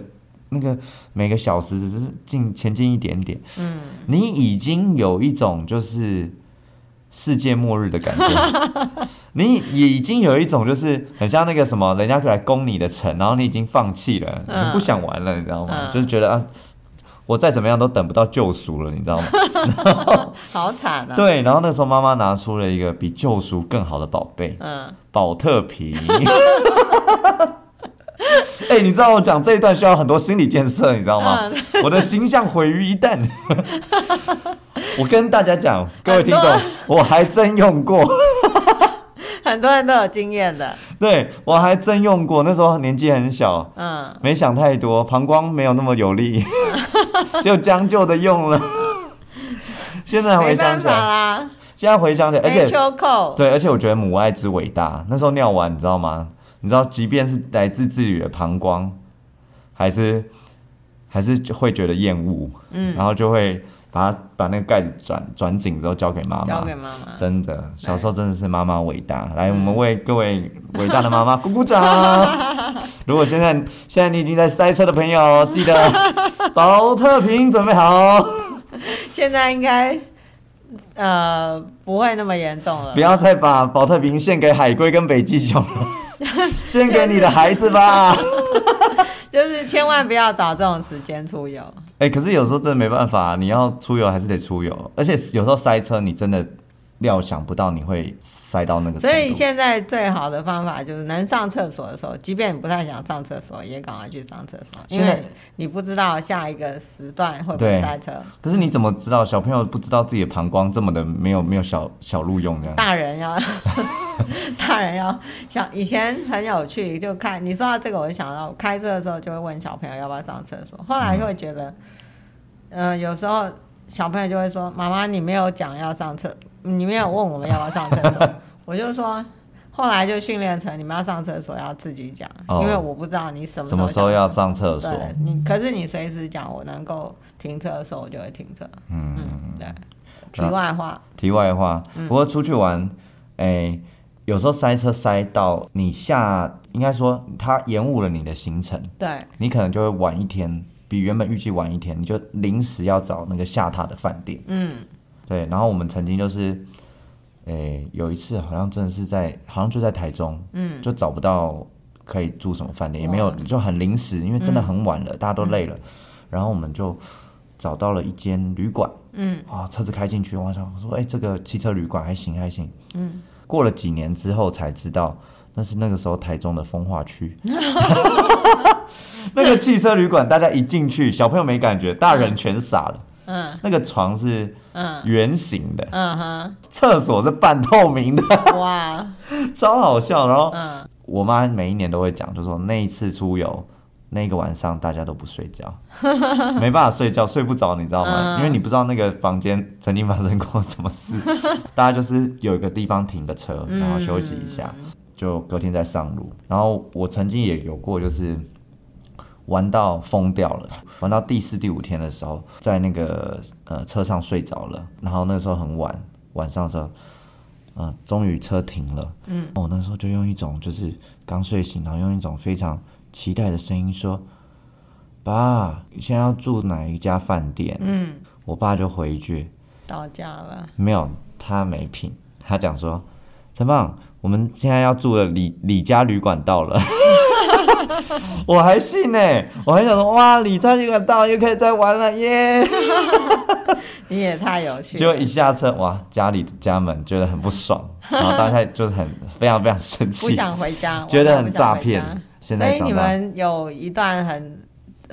Speaker 1: 那个每个小时只是进前进一点点，
Speaker 2: 嗯，
Speaker 1: 你已经有一种就是世界末日的感觉， 你也已经有一种就是很像那个什么，人家来攻你的城，然后你已经放弃了，
Speaker 2: 嗯
Speaker 1: 你不想玩了，你知道吗？
Speaker 2: 嗯
Speaker 1: 就是觉得啊，我再怎么样都等不到救赎了，你知 道吗？
Speaker 2: 好惨啊！，
Speaker 1: 对，然后那时候妈妈拿出了一个比救赎更好的宝贝
Speaker 2: 嗯，
Speaker 1: ——宝特瓶。 哎、你知道我讲这一段需要很多心理建设，你知道吗？
Speaker 2: 嗯
Speaker 1: 我的形象毁于一旦。 我跟大家讲，各位听众
Speaker 2: 很，
Speaker 1: 我还真用过，
Speaker 2: 很多人都有经验的，
Speaker 1: 对我还真用过。那时候年纪很小，
Speaker 2: 嗯，
Speaker 1: 没想太多，膀胱没有那么有力， 就将就的用了。 现在回
Speaker 2: 没
Speaker 1: 想
Speaker 2: 办
Speaker 1: 起
Speaker 2: 法
Speaker 1: 来，
Speaker 2: 啦，
Speaker 1: 现在回想起来，而且
Speaker 2: 没秋扣，
Speaker 1: 对，而且我觉得母爱之伟大。那时候尿完，你知道吗？你知道，即便是来自自己的膀胱，还是还是就会觉得厌恶，
Speaker 2: 嗯
Speaker 1: 然后就会把它把那个盖子转转紧之后交给妈
Speaker 2: 交
Speaker 1: 妈
Speaker 2: 给。妈妈。
Speaker 1: 真的，小时候真的是妈妈伟大。来，我
Speaker 2: 嗯
Speaker 1: 们为各位伟大的妈 妈鼓鼓掌。如果现在现在你已经在塞车的朋友，记 得保特瓶准备好，
Speaker 2: 现在应该呃不会那么严重了
Speaker 1: 不。要再把保特瓶献给海龟跟北极熊 了，献给你的孩子吧。
Speaker 2: 就是千万不要找这种时间出游。
Speaker 1: 哎、可是有时候真的没办法，你要出游还是得出游，而且有时候塞车，你真的料想不到你会塞到那个程度。
Speaker 2: 所以现在最好的方法就是能上厕所的时候，即便你不太想上厕所，也赶快去上厕所，因
Speaker 1: 现在
Speaker 2: 为你不知道下一个时段会不
Speaker 1: 对
Speaker 2: 会塞车。
Speaker 1: 可是你怎么知道小朋友不知道自己的膀胱这么的没有没有小小路用这样？
Speaker 2: 大人要， 大人要想以前很有趣，就看你说到这个，我就想到开车的时候就会问小朋友要不要上厕所，后来就会觉得，嗯、有时候小朋友就会说：“妈妈，你没有讲要上厕，你没有问我们要不要上厕 所。”我就说。后来就训练成你们要上厕所要自己讲，
Speaker 1: 哦
Speaker 2: 因为我不知道你什么
Speaker 1: 什么时候
Speaker 2: 想
Speaker 1: 要上厕所？
Speaker 2: 对你，可是你随时讲，我能够停车的时候我就会停车。
Speaker 1: 嗯
Speaker 2: 嗯，对。题外话，
Speaker 1: 题外话，不过出去玩，哎、有时候塞车塞到你下，应该说它延误了你的行程，
Speaker 2: 对，
Speaker 1: 你可能就会晚一天，比原本预计晚一天，你就临时要找那个下榻的饭店。
Speaker 2: 嗯。
Speaker 1: 对，然后我们曾经就是，诶、有一次好像真的是在，好像就在台中，嗯，就找不到可以住什么饭店，也没有，就很临时，因为真的很晚了，大家都累了，然后我们就找到了一间旅馆，嗯，啊，车子开进去，我想说，哎、这个汽车旅馆还行还行，嗯，过了几年之后才知道，那是那个时候台中的风化 区。 那个汽车旅馆，大家一进去，小朋友没感觉，大人全傻了。
Speaker 2: 嗯，
Speaker 1: 那个床是
Speaker 2: 嗯
Speaker 1: 圆形的，
Speaker 2: 嗯
Speaker 1: 厕所是半透明的，
Speaker 2: 哼， 哇，
Speaker 1: 超好笑。然后
Speaker 2: 嗯，
Speaker 1: 我妈每一年都会讲，就说那一次出游。那个晚上大家都不睡觉，没办法睡觉，睡不着，你知道吗？
Speaker 2: 嗯
Speaker 1: 因为你不知道那个房间曾经发生过什么事。大家就是有一个地方停个车，然后休息一下，就隔天再上路。然后我曾经也有过，就是玩到疯掉了，玩到第四、第五天的时候，在那个呃车上睡着了，然后那个时候很晚，晚上的时候，呃，终于车停了，嗯，我那时候就用一种就是刚睡醒，然后用一种非常期待的声音说：“爸，你现在要住哪一家饭店？”嗯，我爸就回一句：“
Speaker 2: 到家了，
Speaker 1: 没有，他没品。他讲说，陈胖，我们现在要住的李李家旅馆到了。 我还信呢、我还想说，哇，李家旅馆到了，又可以再玩了耶！
Speaker 2: 你也太有趣
Speaker 1: 结果
Speaker 2: 了，
Speaker 1: 一下车，哇，家里的家门觉得很不爽，然后当下就是很非常非常生
Speaker 2: 不
Speaker 1: 气，
Speaker 2: 想回家，
Speaker 1: 觉得
Speaker 2: 晚上
Speaker 1: 很
Speaker 2: 不想
Speaker 1: 诈
Speaker 2: 回
Speaker 1: 骗
Speaker 2: 家。
Speaker 1: 现
Speaker 2: 所
Speaker 1: 在
Speaker 2: 以
Speaker 1: 长
Speaker 2: 你
Speaker 1: 大，
Speaker 2: 们有一段很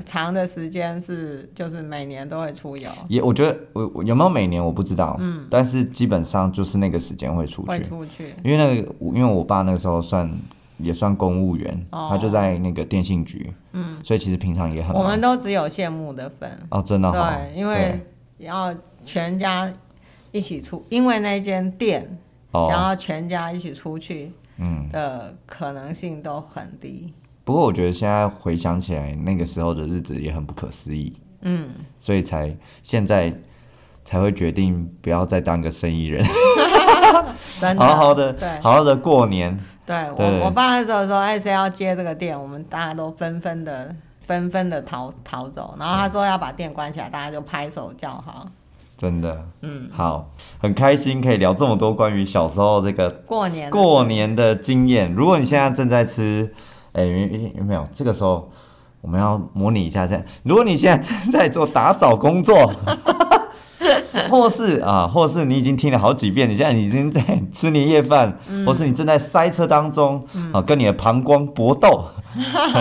Speaker 2: 长的时间是，就是每年都会出游，
Speaker 1: 也我觉得我我有没有每年我不知道，嗯，但是基本上就是那个时间会出去，
Speaker 2: 会出去，
Speaker 1: 因为那个，我因为我爸那个时候算也算公务员，
Speaker 2: 哦
Speaker 1: 他就在那个电信局，嗯，所以其实平常也很忙
Speaker 2: 我们都只有羡慕的份，
Speaker 1: 哦，真的哈、
Speaker 2: 对，因为要全家一起出，因为那间店
Speaker 1: 对
Speaker 2: 想
Speaker 1: 哦，
Speaker 2: 要全家一起出去
Speaker 1: 嗯，
Speaker 2: 的可能性都很低，
Speaker 1: 不过我觉得现在回想起来，那个时候的日子也很不可思议，
Speaker 2: 嗯。
Speaker 1: 所以才现在才会决定不要再当个生意人，
Speaker 2: 真 的
Speaker 1: 好好的
Speaker 2: 对
Speaker 1: 好好的过年，
Speaker 2: 对
Speaker 1: 对
Speaker 2: 我我爸那时候说，哎，谁要接这个店？我们大家都纷纷的纷纷的逃逃走，然后他说要把店关起来，大家就拍手叫好。
Speaker 1: 真的，
Speaker 2: 嗯，
Speaker 1: 好，很开心可以聊这么多关于小时候这个
Speaker 2: 过年的时候
Speaker 1: 过年的经验。如果你现在正在吃，哎、没没没有，这个时候我们要模拟一下这样。如果你现在正在做打扫工作， 或是啊，或是你已经听了好几遍，你现在已经在吃年夜饭，
Speaker 2: 嗯
Speaker 1: 或是你正在塞车当中，啊，跟你的膀胱搏斗。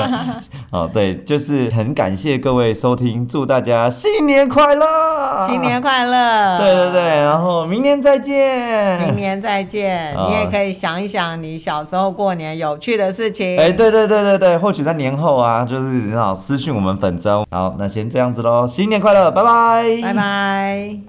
Speaker 1: 哦，对，就是很感谢各位收听，祝大家新年快乐！
Speaker 2: 新年快乐！
Speaker 1: 啊对对对，然后明年再见。
Speaker 2: 明年再见。
Speaker 1: 啊
Speaker 2: 你也可以想一想你小时候过年有趣的事情。
Speaker 1: 哎，对对对对对，或许在年后啊，就是你知道私讯我们粉专。好，那先这样子喽，新年快乐，拜拜，
Speaker 2: 拜拜。